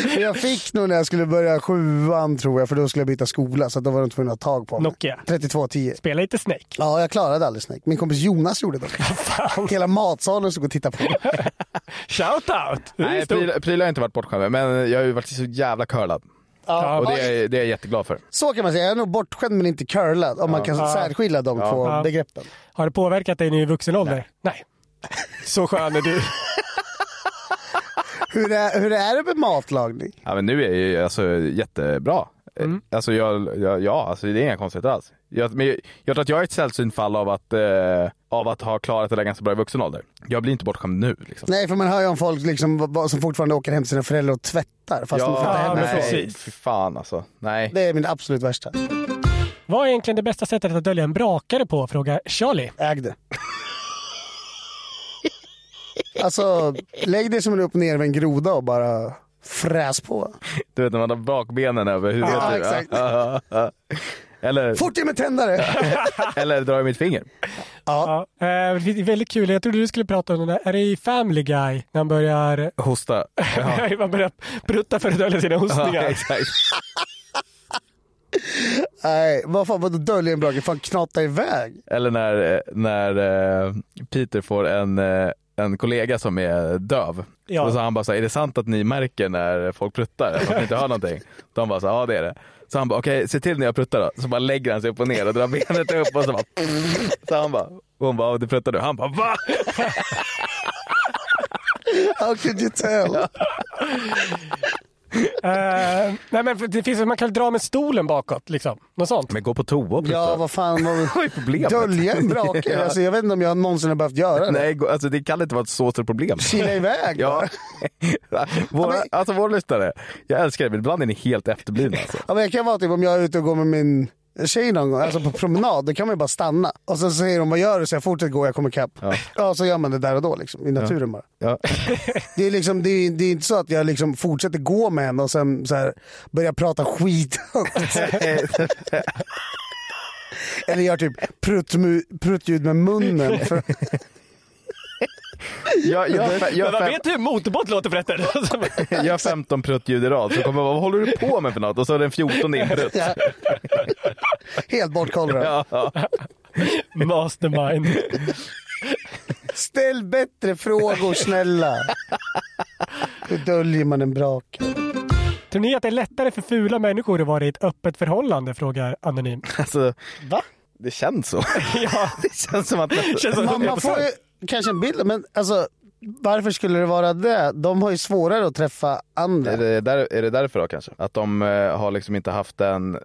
[SPEAKER 4] Men Jag fick nog när jag skulle börja sjuan tror jag för då skulle jag byta skola så att då var de tvungna att ha tag på mig.
[SPEAKER 3] Nokia.
[SPEAKER 4] 3210.
[SPEAKER 3] Spela lite Snake.
[SPEAKER 4] Ja, jag klarade aldrig Snake. Min kompis Jonas gjorde det. Hela matsalen stod och tittade på mig.
[SPEAKER 3] Shout out! Det är
[SPEAKER 5] Nej,
[SPEAKER 3] stort.
[SPEAKER 5] prylar prylar har jag inte varit bortskämd med, men jag har ju varit så jävla curlad.
[SPEAKER 4] Ja.
[SPEAKER 5] Och det är, jag- det är jag jätteglad för.
[SPEAKER 4] Så kan man säga. Jag är nog bortskämd men inte curlad. Om man kan särskilja de två
[SPEAKER 3] Ja.
[SPEAKER 4] begreppen.
[SPEAKER 3] Har det påverkat dig nu i vuxen ålder? Nej. Så skön är du.
[SPEAKER 4] Hur är, hur är det med matlagning?
[SPEAKER 5] Ja, men nu är jag ju alltså, jättebra. Mm. Alltså, jag, jag, ja, alltså, det är inga konstigheter alls. Jag, men jag, jag tror att jag är ett sällsynt fall av att, eh, av att ha klarat det där ganska bra i vuxen ålder. Jag blir inte bortskämd nu. Liksom.
[SPEAKER 4] Nej, för man hör ju om folk liksom, vad- vad som fortfarande åker hem till sina föräldrar och tvättar fast de flyttar
[SPEAKER 3] Ja,
[SPEAKER 4] hem.
[SPEAKER 3] men
[SPEAKER 5] nej,
[SPEAKER 3] precis.
[SPEAKER 5] fy fan alltså. Nej.
[SPEAKER 4] Det är min absolut värsta.
[SPEAKER 3] Vad är egentligen det bästa sättet att dölja en brakare på? Frågar Charlie.
[SPEAKER 4] Ägde. Alltså, lägg dig som en upp ner en groda och bara fräs på.
[SPEAKER 5] Du vet när man har bakbenen över huvudet.
[SPEAKER 4] Ja,
[SPEAKER 5] typ.
[SPEAKER 4] exakt.
[SPEAKER 5] Ja, ja, ja. eller,
[SPEAKER 4] Fort i med tändare!
[SPEAKER 5] eller dra i mitt finger.
[SPEAKER 3] Ja. eh, det är väldigt kul. Jag trodde du skulle prata om den där. Är det i Family Guy när han börjar,
[SPEAKER 5] Hosta. Ja.
[SPEAKER 3] man börjar prutta för att dölja sina
[SPEAKER 5] Ja,
[SPEAKER 3] hostningar?
[SPEAKER 5] exakt.
[SPEAKER 4] Nej, vad fan vadå döljer en brake? Fan knata iväg.
[SPEAKER 5] Eller när, eh, när eh, Peter får en, eh, en kollega som är döv.
[SPEAKER 3] Ja.
[SPEAKER 5] Och så han bara så här, är det sant att ni märker när folk pruttar? Att de inte hör någonting? De bara så här, ja det är det. Så han bara, okej se till när jag pruttar då. Så bara lägger han sig upp och ner och drar benet upp och så bara. Så han bara, och hon bara, "Ja, du pruttar du? Han bara, va?
[SPEAKER 4] How could you tell?
[SPEAKER 3] Eh, nej men för det finns, man kan dra med stolen bakåt liksom. Något sånt.
[SPEAKER 5] Men gå på toa och prutta.
[SPEAKER 4] Ja, vad fan. Vad...
[SPEAKER 5] Vad är problemet?
[SPEAKER 4] Dölja en brake? Alltså, jag vet inte om jag någonsin har behövt göra det.
[SPEAKER 5] Nej, gå- alltså det kan inte vara ett så stort problem.
[SPEAKER 4] Kila iväg
[SPEAKER 5] Ja.
[SPEAKER 4] ja.
[SPEAKER 5] Våra, alltså vår lyssnare, jag älskar det, men ibland är ni helt efterblivna. Alltså.
[SPEAKER 4] ja, men Jag kan vara typ om jag är ute och går med min tjej någon gång, alltså på promenad, då kan man ju bara stanna. Och så säger de vad gör du? Så jag fortsätter gå, jag kommer ikapp. Ja. så gör man det där och då liksom, i naturen bara.
[SPEAKER 5] Ja.
[SPEAKER 4] Det är, liksom, det, är, det är inte så att jag liksom fortsätter gå med henne och sen så här, börjar prata skit Eller gör typ pruttmu- pruttljud med munnen. För,
[SPEAKER 5] Jag, jag, jag,
[SPEAKER 3] Men
[SPEAKER 5] jag,
[SPEAKER 3] vad vet du hur motorbåt låter Alltså, förresten?
[SPEAKER 5] jag har 15 pruttljud i rad, så kommer jag bara, vad håller du på med för något? Och så är den 14 in prutt.
[SPEAKER 4] ja. Helt bortkollrad.
[SPEAKER 5] Ja.
[SPEAKER 3] Mastermind.
[SPEAKER 4] Ställ bättre frågor snälla. Hur döljer man en brak?
[SPEAKER 3] Tror ni att det är lättare för fula människor att vara i ett öppet förhållande? Frågar Anonym.
[SPEAKER 5] Alltså,
[SPEAKER 3] Va?
[SPEAKER 5] det känns så.
[SPEAKER 3] Ja.
[SPEAKER 5] Det känns som att...
[SPEAKER 3] Känns som-
[SPEAKER 4] Man, man får ju kanske en bild, men alltså varför skulle det vara det? De har ju svårare att träffa
[SPEAKER 5] Är
[SPEAKER 4] andra.
[SPEAKER 5] det, där, är det därför då kanske? Att de eh, har liksom inte haft den,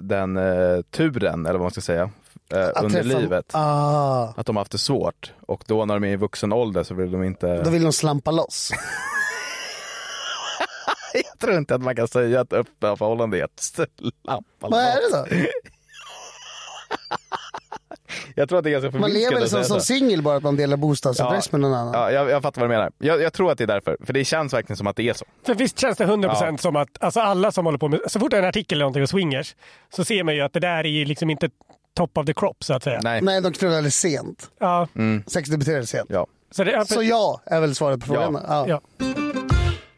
[SPEAKER 5] den eh, turen, eller vad man ska säga, eh, under
[SPEAKER 4] träffa-
[SPEAKER 5] livet.
[SPEAKER 4] Ah,
[SPEAKER 5] Att de har haft det svårt. Och då när de är i vuxen ålder så vill de inte...
[SPEAKER 4] då vill de slampa loss.
[SPEAKER 5] Jag tror inte att man kan säga att öppna förhållanden är ett slampa.
[SPEAKER 4] Vad är det då?
[SPEAKER 5] Jag tror att det är ganska
[SPEAKER 4] Man
[SPEAKER 5] förminskat
[SPEAKER 4] lever
[SPEAKER 5] att
[SPEAKER 4] väl som,
[SPEAKER 5] säga
[SPEAKER 4] som
[SPEAKER 5] så.
[SPEAKER 4] singel bara att man delar bostadsadress
[SPEAKER 5] Ja.
[SPEAKER 4] med någon annan.
[SPEAKER 5] Ja, jag, jag fattar vad du menar. Jag, jag tror att det är därför. För det känns verkligen som att det är så.
[SPEAKER 3] För visst känns det 100% som att alltså alla som håller på med, så fort det är en artikel eller någonting om swingers så ser man ju att det där är ju liksom inte top of the crop så att säga.
[SPEAKER 5] Nej.
[SPEAKER 4] Nej, de knullade sent.
[SPEAKER 3] Ja,
[SPEAKER 4] Sexdebuterade sent.
[SPEAKER 5] Ja.
[SPEAKER 3] så det, ja, för,
[SPEAKER 4] Så ja är väl svaret på frågan.
[SPEAKER 5] Ja.
[SPEAKER 4] Ja.
[SPEAKER 3] Ja.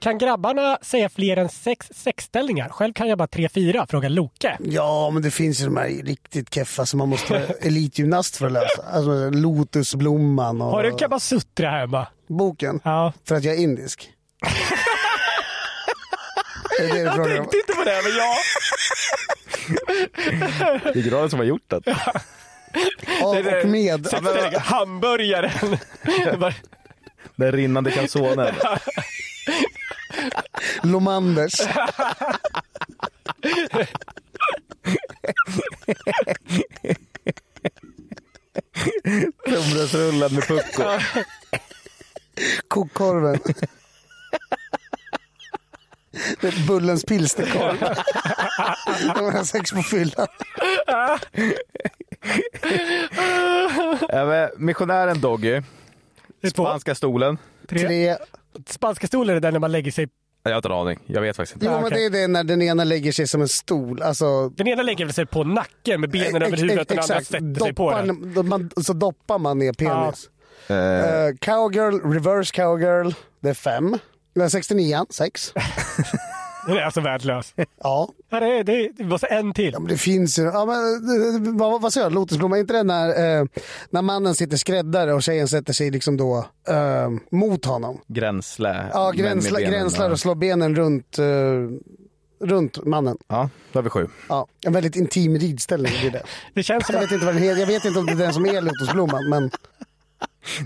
[SPEAKER 3] Kan grabbarna säga fler än sex sexställningar? Själv kan jag bara tre, fyra, frågar Loke.
[SPEAKER 4] Ja, men det finns ju de här riktigt keffa som man måste vara elitgymnast för att läsa. Alltså Lotusblomman och...
[SPEAKER 3] Har du Kamasutra hemma?
[SPEAKER 4] Boken?
[SPEAKER 3] Ja.
[SPEAKER 4] För att jag är indisk? Är det det du
[SPEAKER 6] Jag
[SPEAKER 4] frågar om?
[SPEAKER 6] tänkte inte på det, men ja.
[SPEAKER 5] Det är granen som har gjort det.
[SPEAKER 4] Av
[SPEAKER 3] Det är
[SPEAKER 4] och med.
[SPEAKER 3] sex ställningar. Hamburgaren. Det är bara-
[SPEAKER 5] Den rinnande calzonen.
[SPEAKER 4] Lomanders.
[SPEAKER 5] Tumbrödsrullen med pucko.
[SPEAKER 4] Kokkorven. Det är Bullens pilsnerkorv. När man har sex på fyllan.
[SPEAKER 5] Ja, Äh, men Missionären Doggy.
[SPEAKER 3] det är två,
[SPEAKER 5] Spanska stolen.
[SPEAKER 3] tre.
[SPEAKER 4] Tre.
[SPEAKER 3] Spanska stolen är där när man lägger sig.
[SPEAKER 5] Jag har inte en aning. Jag vet faktiskt inte.
[SPEAKER 4] Jo,
[SPEAKER 3] Ah,
[SPEAKER 4] men
[SPEAKER 3] okej.
[SPEAKER 4] det är det när den ena lägger sig som en stol. Alltså,
[SPEAKER 3] Den ena lägger sig på nacken med benen över
[SPEAKER 4] ex-
[SPEAKER 3] huvudet och den andra
[SPEAKER 4] exakt.
[SPEAKER 3] sätter sig på
[SPEAKER 4] Doppar
[SPEAKER 3] den.
[SPEAKER 4] Man, så doppar man ner penis. Eh, cowgirl, reverse cowgirl. Det är fem. Den här 69 sex.
[SPEAKER 3] Den är alltså värdelös.
[SPEAKER 4] Ja,
[SPEAKER 3] Ja, det, är, det, är, det måste en till.
[SPEAKER 4] Ja, men det finns ju. Ja, men, eh, vad, vad sa jag? Lotusblomma? Är inte det när, eh, när mannen sitter skräddare och tjejen sätter sig liksom då, eh, mot honom?
[SPEAKER 5] Gränslä.
[SPEAKER 4] Ja,
[SPEAKER 5] men med
[SPEAKER 4] gränsla,
[SPEAKER 5] benen.
[SPEAKER 4] gränslar och slår benen runt, eh, runt mannen.
[SPEAKER 5] Ja, då har vi sju.
[SPEAKER 4] Ja, en väldigt intim ridställning blir det.
[SPEAKER 3] Det känns som
[SPEAKER 4] Jag
[SPEAKER 3] att
[SPEAKER 4] vet inte, vad den heter. Jag vet inte om det är den som är Lotusblomman, men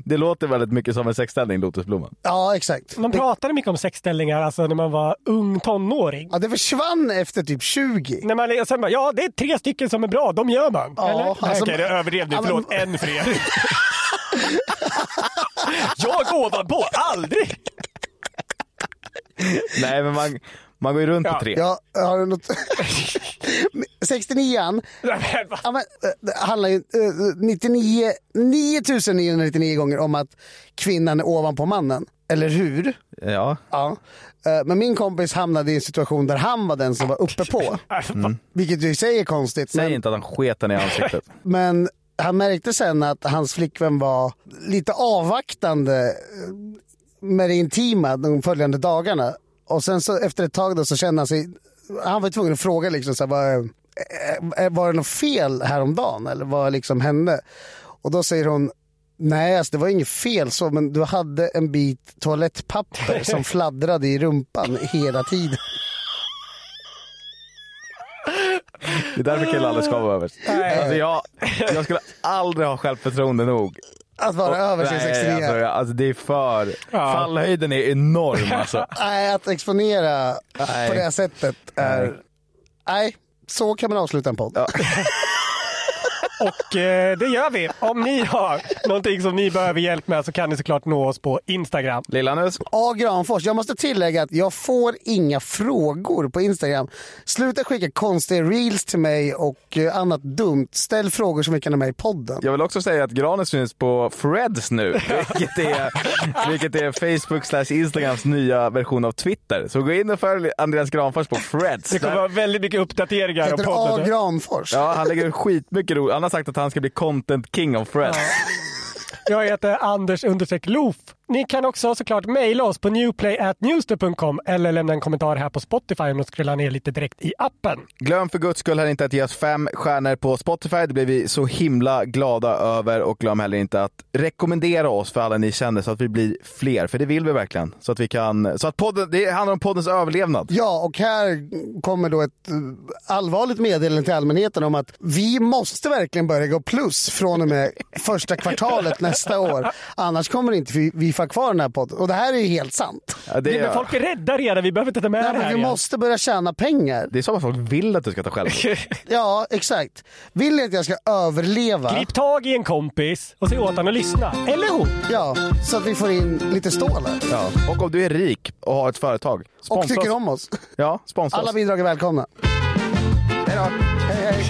[SPEAKER 5] Det låter väldigt mycket som en sexställning, Lotusblomman.
[SPEAKER 4] ja, exakt.
[SPEAKER 3] Man
[SPEAKER 4] Det,
[SPEAKER 3] pratade mycket om sexställningar alltså när man var ung tonåring.
[SPEAKER 4] ja, det försvann efter typ 20.
[SPEAKER 3] När man, och sen bara, ja, det är tre stycken som är bra, de gör man.
[SPEAKER 4] Ja,
[SPEAKER 3] Eller?
[SPEAKER 4] alltså-
[SPEAKER 3] Nej, okej, det överdrev nu.
[SPEAKER 4] Ja, men-
[SPEAKER 3] Förlåt, en för er. Jag går ovanpå, aldrig!
[SPEAKER 5] Nej, men man, man går ju runt på tre.
[SPEAKER 4] Ja, har du något? 69
[SPEAKER 3] Nej, men vad-
[SPEAKER 4] Ja, men, eh, det handlar ju eh, 99, 9999 gånger om att kvinnan är ovanpå mannen. Eller hur?
[SPEAKER 5] Ja.
[SPEAKER 4] Ja. Eh, Men min kompis hamnade i en situation där han var den som var uppe på. Vilket ju i sig är konstigt.
[SPEAKER 5] Säg
[SPEAKER 4] Men,
[SPEAKER 5] inte att han sket den i ansiktet.
[SPEAKER 4] men han märkte sen att hans flickvän var lite avvaktande eh, med det intima de följande dagarna. Och sen så efter ett tag då så kände han sig... Han var tvungen att fråga liksom så här, vad, eh, eh, var det något fel häromdagen eller vad liksom hände? Och då säger hon Nej, alltså det var inget fel så, men du hade en bit toalettpapper som fladdrade i rumpan hela tiden.
[SPEAKER 5] Det är därför killar aldrig ska vara överst. Alltså jag, jag skulle aldrig ha självförtroende nog.
[SPEAKER 4] Att vara över sin
[SPEAKER 5] Nej, Alltså,
[SPEAKER 4] 69.
[SPEAKER 5] jag- alltså det är för... Fallhöjden är enorm alltså.
[SPEAKER 4] Nej, att exponera
[SPEAKER 5] Nej.
[SPEAKER 4] på det här sättet är... Nej, så kan man avsluta en podd.
[SPEAKER 3] Och eh, det gör vi. Om ni har någonting som ni behöver hjälp med så kan ni såklart nå oss på Instagram.
[SPEAKER 5] Lillanus,
[SPEAKER 4] A. Granfors. Jag måste tillägga att jag får inga frågor på Instagram. Sluta skicka konstiga reels till mig och eh, annat dumt. Ställ frågor som vi kan ha med i podden.
[SPEAKER 5] jag vill också säga att granen syns på Freds nu. Vilket är, vilket är Facebook slash Instagrams nya version av Twitter. Så gå in och följ Andreas Granfors på Freds.
[SPEAKER 3] Det kommer
[SPEAKER 5] Där-
[SPEAKER 3] vara väldigt mycket uppdateringar om
[SPEAKER 4] Heter A.
[SPEAKER 3] podden.
[SPEAKER 4] Granfors?
[SPEAKER 5] Ja, han lägger ut skitmycket roligt. Han har sagt att han ska bli content king of Freds.
[SPEAKER 3] Jag heter Anders understreck Loof. Ni kan också såklart mejla oss på newplay.newster.com eller lämna en kommentar här på Spotify om ni skulle ner lite direkt i appen.
[SPEAKER 5] Glöm för guds skull här inte att ge oss fem stjärnor på Spotify. Det blir vi så himla glada över. Och glöm heller inte att rekommendera oss för alla ni känner så att vi blir fler. För det vill vi verkligen. Så att vi kan... Så att podden... Det handlar om poddens överlevnad.
[SPEAKER 4] Ja, och här kommer då ett eh, allvarligt meddelande till allmänheten om att vi måste verkligen börja gå plus från och med första kvartalet nästa år. Annars kommer inte vi, vi få ha kvar den här podden. Och det här är ju helt sant.
[SPEAKER 5] Ja, det,
[SPEAKER 3] Det, men
[SPEAKER 5] är...
[SPEAKER 3] folk är rädda redan, vi behöver inte ta med
[SPEAKER 4] Nej,
[SPEAKER 3] det här
[SPEAKER 4] men vi
[SPEAKER 3] igen.
[SPEAKER 4] måste börja tjäna pengar.
[SPEAKER 5] det är som att folk vill att du ska ta själv.
[SPEAKER 4] Ja, exakt. Vill ni att jag ska överleva?
[SPEAKER 3] Grip tag i en kompis och se åt honom att lyssna. Eller hon.
[SPEAKER 4] Ja, så att vi får in lite stål här.
[SPEAKER 5] Ja. Och om du är rik och har ett företag. Sponsra
[SPEAKER 4] Och tycker
[SPEAKER 5] oss.
[SPEAKER 4] om oss.
[SPEAKER 5] Ja, sponsra
[SPEAKER 4] Alla
[SPEAKER 5] oss.
[SPEAKER 4] bidrag är välkomna.
[SPEAKER 5] Hej då.
[SPEAKER 4] Hej, hej.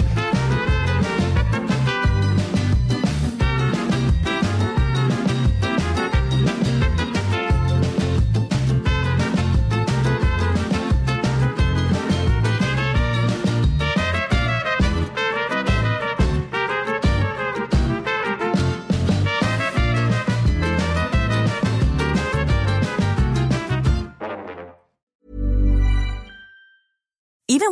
[SPEAKER 1] Even